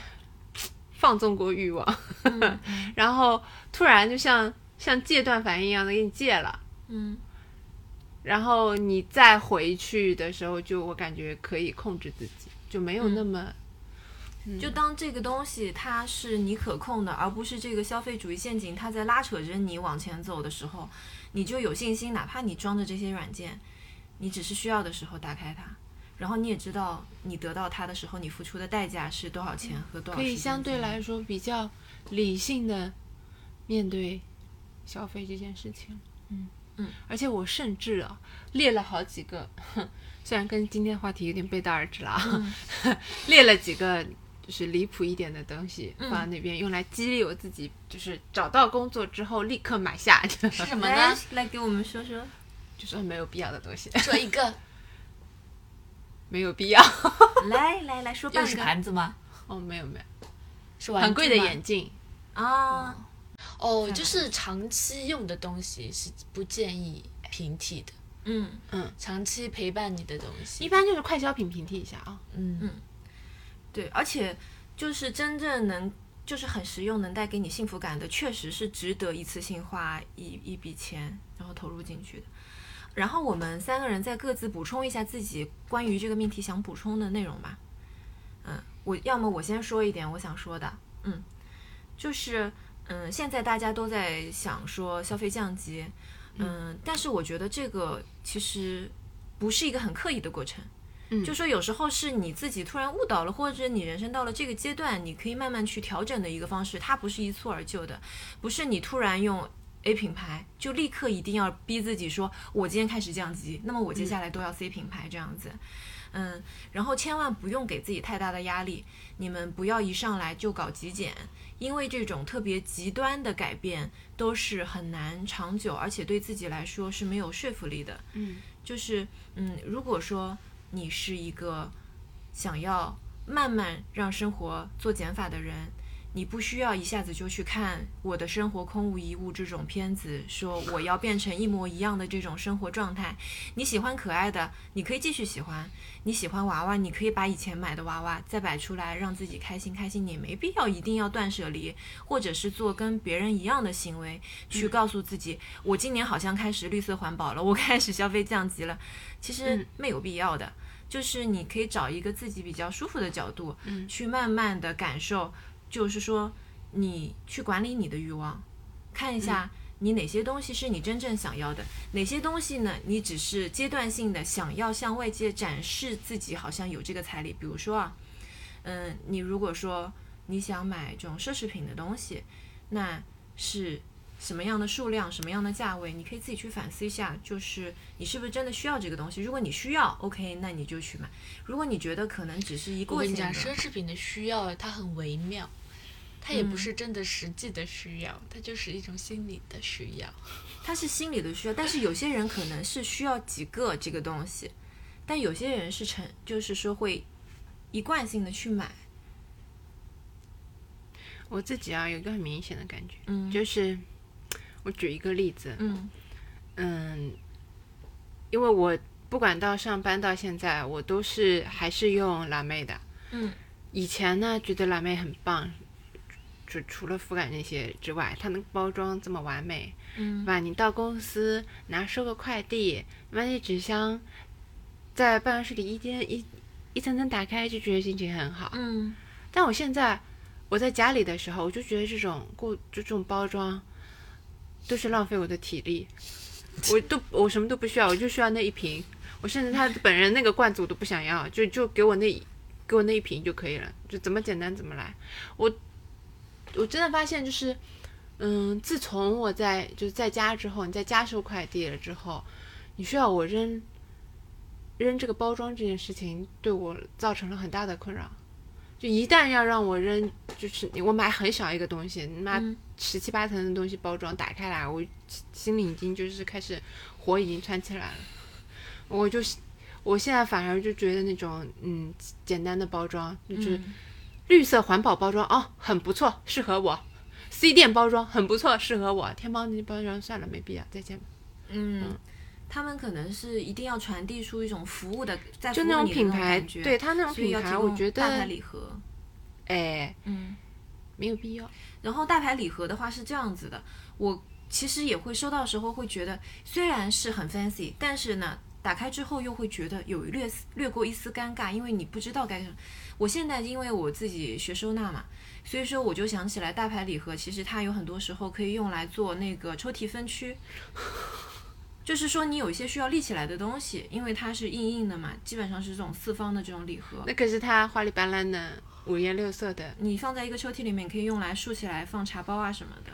C: 放纵过欲望，
A: 嗯
C: 然后突然就像像戒断反应一样的给你戒了。
A: 嗯，
C: 然后你再回去的时候，就我感觉可以控制自己，就没有那么、嗯
A: 就当这个东西它是你可控的，而不是这个消费主义陷阱它在拉扯着你往前走的时候，你就有信心，哪怕你装着这些软件，你只是需要的时候打开它，然后你也知道你得到它的时候你付出的代价是多少钱和多少
C: 可
A: 时间。
C: 以相对来说比较理性的面对消费这件事情。嗯
A: 嗯，
C: 而且我甚至啊列了好几个，哼虽然跟今天话题有点背道而驰了啊，
B: 嗯
C: 列了几个就是离谱一点的东西
B: 嗯
C: 放在那边，用来激励我自己，就是找到工作之后立刻买下，
B: 是什么
A: 来
B: 呢？
A: 来给我们说说，
C: 就是很没有必要的东西。
B: 说一个，
C: 没有必要。
A: 来来来说半
B: 又是
A: 个
B: 盘子吗？
C: 哦，没有没有，
B: 是玩
C: 很贵的
B: 具吗嗯
C: 眼镜，
A: 啊，
B: 哦，就是长期用的东西是不建议平替的，
A: 嗯，
B: 长期陪伴你的东
C: 一
B: 西。
C: 般就是快消品平替一下啊、
B: 嗯，
A: 对，而且就是真正能就是很实用，能带给你幸福感的，确实是值得一次性花一一笔钱，然后投入进去的。然后我们三个人再各自补充一下自己关于这个命题想补充的内容吧。嗯，我要么我先说一点我想说的，嗯，就是嗯，现在大家都在想说消费降级，嗯，但是我觉得这个其实不是一个很刻意的过程。就说有时候是你自己突然误导了，或者你人生到了这个阶段，你可以慢慢去调整的一个方式，它不是一蹴而就的，不是你突然用 A 品牌就立刻一定要逼自己说，我今天开始降级，那么我接下来都要 C 品牌这样子。嗯，然后千万不用给自己太大的压力，你们不要一上来就搞极简，因为这种特别极端的改变都是很难长久，而且对自己来说是没有说服力的。
C: 嗯，
A: 就是嗯，如果说你是一个想要慢慢让生活做减法的人，你不需要一下子就去看《我的生活空无一物》这种片子，说我要变成一模一样的这种生活状态。你喜欢可爱的，你可以继续喜欢；你喜欢娃娃，你可以把以前买的娃娃再摆出来，让自己开心开心。你没必要一定要断舍离，或者是做跟别人一样的行为，去告诉自己，我今年好像开始绿色环保了，我 开始消费降级了。其实
C: 嗯
A: 没有必要的。就是你可以找一个自己比较舒服的角度，
C: 嗯
A: 去慢慢的感受，就是说你去管理你的欲望，看一下你哪些东西是你真正想要的，哪些东西呢，你只是阶段性的想要向外界展示自己好像有这个财力，比如说啊，嗯，你如果说你想买这种奢侈品的东西，那是。什么样的数量，什么样的价位，你可以自己去反思一下，就是你是不是真的需要这个东西。如果你需要，OK，那你就去买；如果你觉得可能只是一
B: 我
A: 过
B: 跟
A: 性
B: 你
A: 的，
B: 讲，奢侈品的需要它很微妙，它也不
A: 嗯
B: 是真的实际的需要，它就是一种心理的需要。
A: 他是心理的需要，但是有些人可能是需要几个这个东西，但有些人是成，就是说会一贯性的去买。
C: 我自己啊有一个很明显的感觉，
A: 嗯
C: 就是我举一个例子，
A: 嗯
C: 嗯，因为我不管到上班到现在，我都是还是用蓝妹的。
A: 嗯，
C: 以前呢觉得蓝妹很棒，除除了肤感那些之外，它能包装这么完美，
A: 嗯
C: 对吧？你到公司拿收个快递，把那纸箱在办公室里一间一一层层打开，就觉得心情很好。
A: 嗯
C: 但我现在我在家里的时候，我就觉得这种过这种包装都是浪费我的体力，我都我什么都不需要，我就需要那一瓶，我甚至他本人那个罐子我都不想要，就就给我那一给我那一瓶就可以了，就怎么简单怎么来。我我真的发现就是，嗯，自从我在就是在家之后，你在家收快递了之后，你需要我扔。扔这个包装这件事情对我造成了很大的困扰，就一旦要让我扔，就是我买很小一个东西，你妈
A: 嗯
C: 十七八层的东西包装打开来，我心里已经就是开始火已经窜起来了。我就是我现在反而就觉得那种嗯简单的包装，
A: 嗯
C: 就是绿色环保包装哦，很不错，适合我。C 店包装很不错，适合我。天猫那包装算了，没必要，再见吧。
A: 嗯，他们可能是一定要传递出一种服务的，在
C: 就
A: 服务
C: 那种
A: 你的
C: 品
A: 感
C: 牌，
A: 觉
C: 对，它那种
A: 所以
C: 品
A: 要提
C: 牌，
A: 供
C: 我觉
A: 大牌
C: 得
A: 礼盒，
C: 哎
A: 嗯。
C: 没有必要。
A: 然后大牌礼盒的话是这样子的，我其实也会收到时候会觉得，虽然是很 fancy，但是呢，打开之后又会觉得有略丝略过一丝尴尬，因为你不知道该什么。我现在因为我自己学收纳嘛，所以说我就想起来大牌礼盒，其实它有很多时候可以用来做那个抽屉分区。就是说，你有一些需要立起来的东西，因为它是硬硬的嘛，基本上是这种四方的这种礼盒。
C: 那可是它花里斑斓的，五颜六色的，
A: 你放在一个抽屉里面，可以用来竖起来放茶包啊什么的。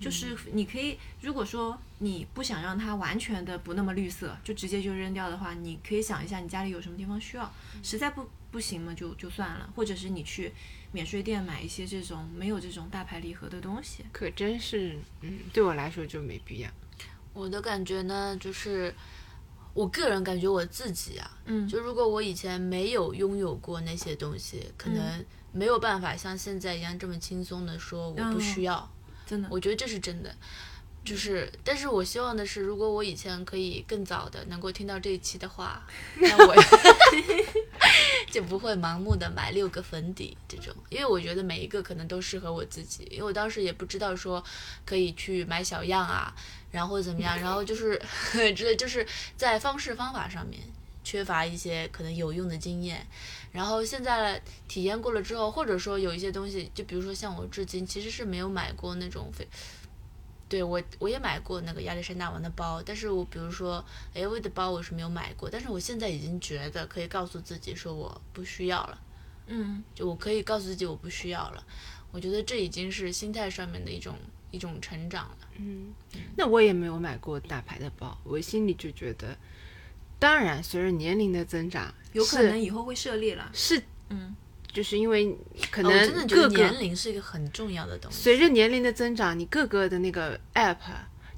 A: 就是
C: 嗯
A: 你可以，如果说你不想让它完全的不那么绿色，就直接就扔掉的话，你可以想一下你家里有什么地方需要，
C: 嗯
A: 实在不不行嘛就就算了，或者是你去免税店买一些这种没有这种大牌礼盒的东西。
C: 可真是，嗯，对我来说就没必要。
B: 我的感觉呢，就是我个人感觉我自己啊，
A: 嗯
B: 就如果我以前没有拥有过那些东西，可
A: 嗯
B: 能没有办法像现在一样这么轻松的说我不
A: 嗯
B: 需要，
A: 真的
B: 我觉得这是真的。就是，但是我希望的是，如果我以前可以更早的能够听到这一期的话，那我 就不会盲目的买六个粉底这种，因为我觉得每一个可能都适合我自己，因为我当时也不知道说可以去买小样啊，然后怎么样，然后就是 之类，就是在方式方法上面缺乏一些可能有用的经验，然后现在体验过了之后，或者说有一些东西，就比如说像我至今其实是没有买过那种非。对我，我也买过那个亚历山大王的包，但是我比如说 LV 的包我是没有买过，但是我现在已经觉得可以告诉自己说我不需要了，
A: 嗯，
B: 就我可以告诉自己我不需要了，我觉得这已经是心态上面的一种一种成长了。
C: 嗯，那我也没有买过大牌的包，我心里就觉得，当然随着年龄的增长，
A: 有可能以后会涉猎了。
C: 是是
A: 嗯，
C: 就是因为可
B: 哦我真的
C: 能
B: 觉得
C: 各个、
B: 年龄是一个很重要的东西。
C: 随着年龄的增长，你各个的那个 app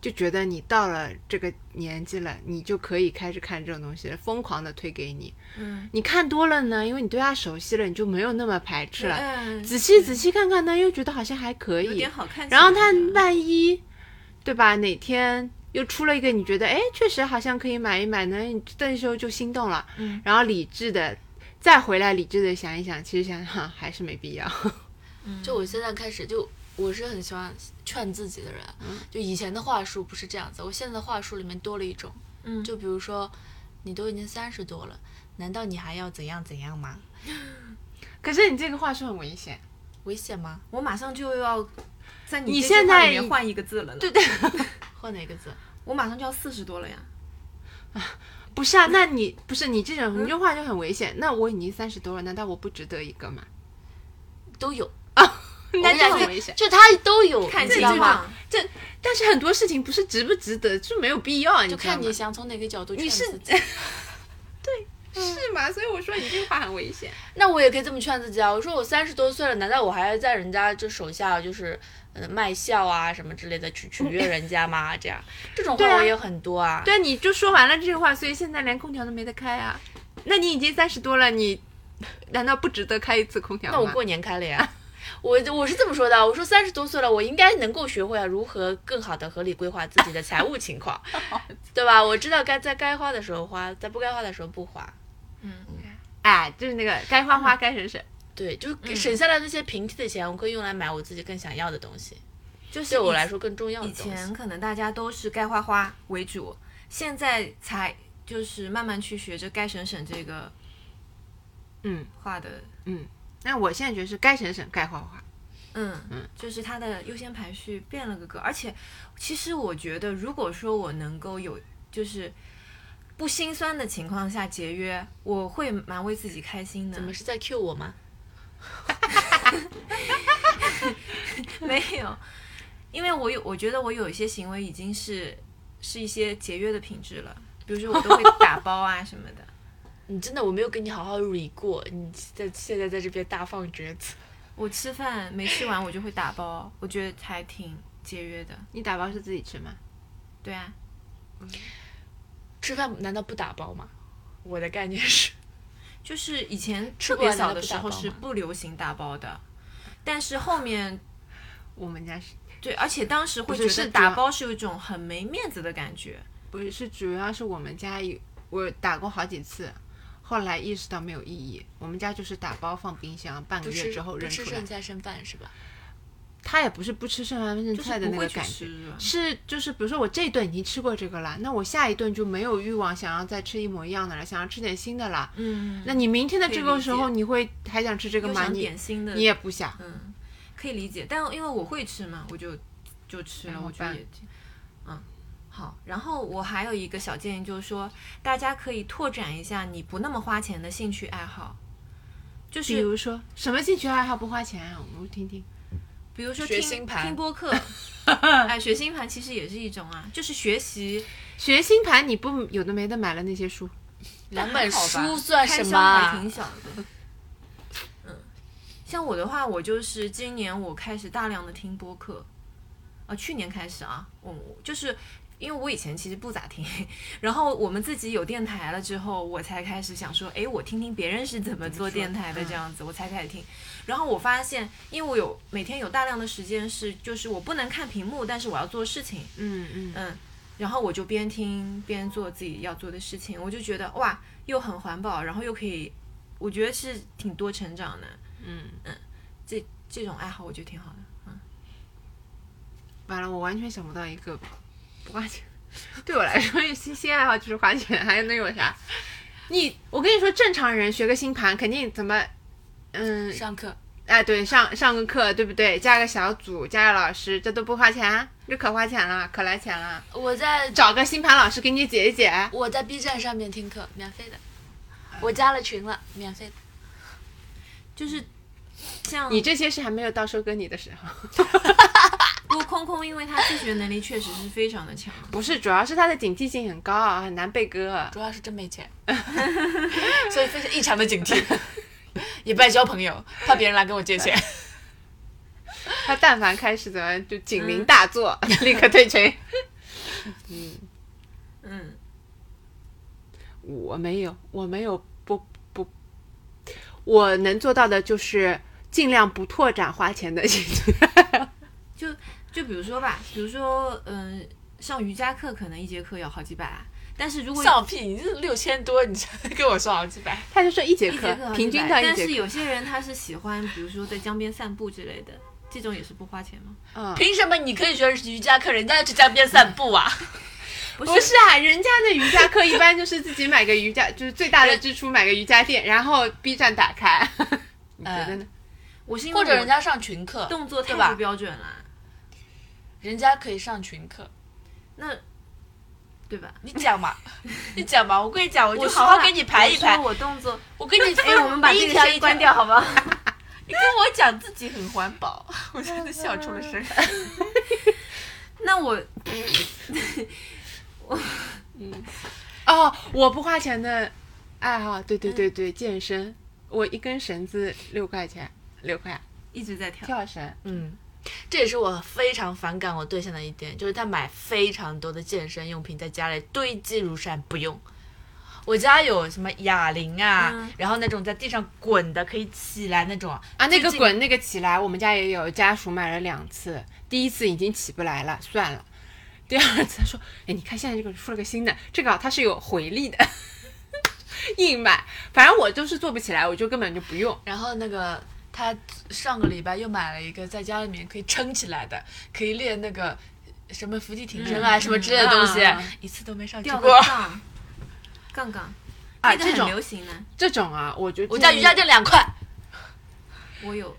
C: 就觉得你到了这个年纪了，你就可以开始看这种东西了，疯狂的推给你。
A: 嗯，
C: 你看多了呢，因为你对它熟悉了，你就没有那么排斥了。
A: 嗯，
C: 仔细仔细看看呢，又觉得好像还可
A: 有
C: 以
A: 点。好看起来
C: 然
A: 了。
C: 后它万一，对吧？哪天又出了一个你觉得，哎，确实好像可以买一买呢，你那时候就心动了。
A: 嗯，
C: 然后理智的再回来理智的想一想，其实想想还是没必要。
B: 就我现在开始就。我是很喜欢劝自己的人，就以前的话术不是这样子，我现在的话术里面多了一种，
A: 嗯
B: 就比如说，你都已经三十多了，难道你还要怎样怎样吗？
C: 可是你这个话术很危险。
B: 危险吗？
A: 我马上就要在你
C: 你
A: 这句
C: 现
A: 话
C: 在
A: 里面换一个字了呢。对，
B: 换哪个字？
A: 我马上就要四十多了呀。
C: 不是啊，那你不是你这种，你这话就很危险。那我已经三十多了，难道我不值得一个吗？
B: 都有，
C: 那
B: 我感
C: 就
B: 觉
C: 很危险。
B: 就他都有，
A: 看
B: 你知
A: 清
B: 道
A: 楚
B: 吗？
A: 嘛，
C: 但是很多事情不是值不值得，就没有必要啊，你
B: 就
C: 知道
B: 看你
C: 吗
B: 想从哪个角度劝
C: 你是
B: 自己。
C: 对，是吗？所以我说你这个话很危险。
B: 那我也可以这么劝自己啊，我说我三十多岁了，难道我还要在人家就手下就是呃卖笑啊什么之类的去取悦人家吗？这样这种
C: 对
B: 话
C: 啊
B: 我也有很多啊。
C: 对，你就说完了这句话，所以现在连空调都没得开啊。那你已经三十多了，你难道不值得开一次空调吗？
B: 那我过年开了呀。我我是这么说的，我说三十多岁了，我应该能够学会啊如何更好的合理规划自己的财务情 况，对吧？我知道该在该花的时候花，在不该花的时候不花。嗯
C: 哎，就是那个该花花该省省。
B: 对，就是
A: 嗯
B: 给省下来那些平替的钱，我可以用来买我自己更想要的东西，
A: 就是
B: 对我
A: 以
B: 来说更重要的
A: 以
B: 东
A: 前
B: 西。
A: 可能大家都是该花花为主，现在才就是慢慢去学着该省省这个
C: 嗯
A: 话的，
C: 嗯，那我现在觉得是该省省该花花。
A: 嗯就是它的优先排序变了个格。而且，其实我觉得，如果说我能够有就是不心酸的情况下节约，我会蛮为自己开心的
B: 你。们是在 cue 我吗？
A: 没有，因为我有，我觉得我有一些行为已经是是一些节约的品质了，比如说我都会打包啊什么的。
B: 你真的我没有跟你好好 re 过，你在现在在这边大放厥词。
A: 我吃饭没吃完我就会打包，我觉得还挺节约的。
C: 你打包是自己吃吗？
A: 对啊，
B: 吃饭难道不打包吗？我的概念是，
A: 就是以前
B: 吃
A: 特
B: 不
A: 别
B: 完
A: 小
B: 难道
A: 的
B: 不
A: 时
B: 打
A: 候
B: 包
A: 是
B: 吗
A: 不流行打包的，但是后面
C: 我们家是
A: 对，而且当时会
C: 不
A: 觉
C: 是
A: 得
C: 是
A: 打
C: 主要
A: 包是有一种很没面子的感觉。
C: 不是，是主要是我们家有我打过好几次，后来意识到没有意义。我们家就是打包放冰箱，半个
B: 不
C: 月
B: 吃
C: 之后
B: 不
C: 扔
B: 吃
C: 出来
B: 剩。菜剩饭是吧？
C: 他也不是不吃剩饭剩
A: 就是
C: 菜的
A: 不
C: 那
A: 会
C: 个
A: 去
C: 感觉，
A: 吃
C: 是就是比如说我这一顿已经吃过这个了，那我下一顿就没有欲望想要再吃一模一样的了，想要吃点新的了。
A: 嗯，
C: 那你明天的
A: 可以
C: 这个
A: 理
C: 时候，
A: 解
C: 你会还想吃这个
A: 又
C: 吗？
A: 想
C: 你
A: 点心的，
C: 你也不想。
A: 嗯，可以理解。但因为我会吃嘛，我就就吃了，
C: 然后
A: 我觉得
C: 拌
A: 也挺，嗯，好。然后我还有一个小建议，就是说大家可以拓展一下你不那么花钱的兴趣爱好，就
C: 比
A: 是
C: 如说什么兴趣爱好不花钱啊？我听听。
A: 比如说
B: 学
A: 听
B: 星盘
A: 听播客。 哎，学星盘其实也是一种啊，就是学习
C: 学星盘你不有的没的买了那些书，
B: 两本
A: 好吧
B: 书算
A: 开
B: 什
A: 销
B: 么
A: 还
B: 啊
A: 挺？小的。嗯，像我的话，我就是今年我开始大量的听播客，啊，去年开始啊，我就是因为我以前其实不咋听， 然后我们自己有电台了之后，我才开始想说，哎，我听听别人是怎么嗯做电台的这样子，我才开始听。然后我发现，因为我有每天有大量的时间是，就是我不能看屏幕，但是我要做事情，
B: 嗯嗯，
A: 嗯，然后我就边听边做自己要做的事情，我就觉得哇，又很环保，然后又可以，我觉得是挺多成长的，
B: 嗯
A: 这这种爱好我觉得挺好的。嗯
C: 完了，我完全想不到一个不花钱。对我来说， 新兴爱好就是花钱，还能有啥？你，我跟你说，正常人学个星盘肯定怎么，嗯，
B: 上课
C: 哎，对，上上个课，对不对？加个小组，加个老师，这都不花钱，这可花钱了，可来钱了。
B: 我在
C: 找个星盘老师给你解一解。
B: 我在 B 站上面听课，免费的，我加了群了，免费的。
A: 就是像
C: 你这些是还没有到收割你的时候，
A: 不过空空，因为他自学能力确实是非常的强，
C: 不是，主要是他的警惕性很高啊，很难被割。
B: 主要是真没 钱，所以非常异常的警惕，也不爱交朋友，怕别人来跟我借钱。
C: 他但凡开始怎么就警铃大作， 立刻退群。
A: 嗯，
C: 我没有，我没有不不，我能做到的就是尽量不拓展花钱的 兴趣。
A: 就就比如说吧，比如说嗯、上瑜伽课可能一节课要好几百啊，但是 如果
B: 上屁，你这六千多，你这跟我说好几百，
C: 他就说一节
A: 一
C: 课，
A: 节课好几
C: 平均
A: 百
C: 到一
A: 但
C: 节
A: 是
C: 课，
A: 有些人他是喜欢，比如说在江边散步之类的，这种也是不花钱吗？
C: 嗯，
B: 凭什么你可以学瑜伽课，人家要去江边散步啊？
A: 不
C: 不是啊，人家的瑜伽课一般就是自己买个瑜伽， 就是最大的支出买个瑜伽垫，然后 B 站 打开。你觉得呢？
A: 我是因为
B: 或者
A: 我
B: 人家上群课，
A: 动作太
B: 对吧
A: 不标准了，
B: 人家可以上群课，
A: 那对吧？
B: 你讲 嘛，你讲嘛，我跟你讲，我就
A: 我
B: 好好
A: 说
B: 给
A: 了
B: 你排一
A: 我说
B: 排，
A: 我动作，
B: 我跟你，
A: 哎，我们把
B: 一
A: 这个
B: 条
A: 先
B: 一条
A: 关，掉好不 好？
B: 你跟我讲自己很环保，我真的笑出了声。
A: 那我呃
C: 哦，我不花钱的爱好，对对对
A: 嗯
C: 对，健身。我一根绳子六块钱，六块
A: 一直在跳，
C: 跳绳。
B: 嗯，这也是我非常反感我对象的一点，就是他买非常多的健身用品在家里堆积如山，不用。我家有什么哑铃啊，
A: 嗯
B: 然后那种在地上滚的可以起来那种啊
C: 啊，那个
B: 最近
C: 滚那个起来，我们家也有家属买了两次，第一次已经起不来了，算了。第二次他说，哎，你看现在这个出了个新的，这个啊它是有回力的， 硬买。反正我就是做不起来，我就根本就不用。
B: 然后那个他上个礼拜又买了一个在家里面可以撑起来的，可以练那个什么伏地挺身啊、什么之类的东西，
C: 啊
B: 一次都没上去
A: 吊
B: 过
A: 个。杠， 杠杠，
C: 啊
A: 那个
C: 这
A: 很
C: 种
A: 流行呢。
C: 这种啊，我就
B: 我家
C: 建议
B: 瑜伽，垫两块，
A: 我有，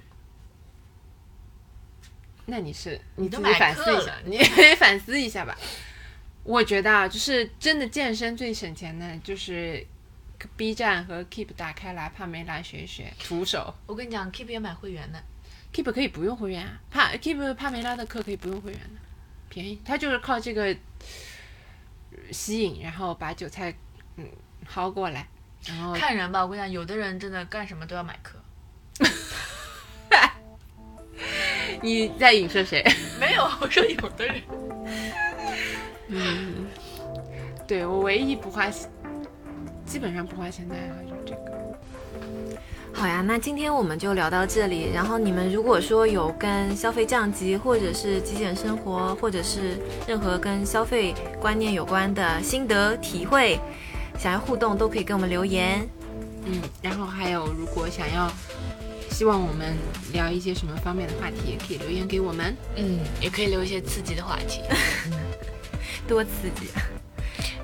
C: 那你是你
B: 都
C: 自己
B: 买
C: 反思
B: 课
C: 一下
B: 了，
C: 你 反思一下吧。我觉得啊，就是真的健身最省钱的，就是 B 站和 Keep 打开来，帕梅拉学一学，徒手。
B: 我跟你讲，Keep 也买会员的，
C: Keep 可以不用会员啊，帕 Keep 帕梅拉的课可以不用会员的，便宜。他就是靠这个呃吸引，然后把韭菜嗯薅过来，然后
B: 看人吧。我跟你讲，有的人真的干什么都要买课，
C: 你在影射谁？
B: 没有，我说有的人。
C: 嗯对我唯一不花，基本上不花钱的爱好就是这个。
A: 好呀，那今天我们就聊到这里。然后你们如果说有跟消费降级，或者是极简生活，或者是任何跟消费观念有关的心得体会，想要互动都可以给我们留言。
C: 嗯，然后还有如果想要希望我们聊一些什么方面的话题，也可以留言给我们。
B: 嗯，也可以留一些刺激的话题，
A: 多刺激！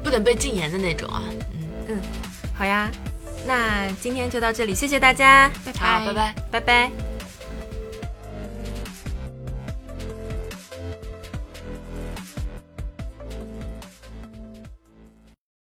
B: 不能被禁言的那种啊。嗯，
A: 好呀，那今天就到这里，谢谢大家，
B: 好，拜拜。
A: 拜拜。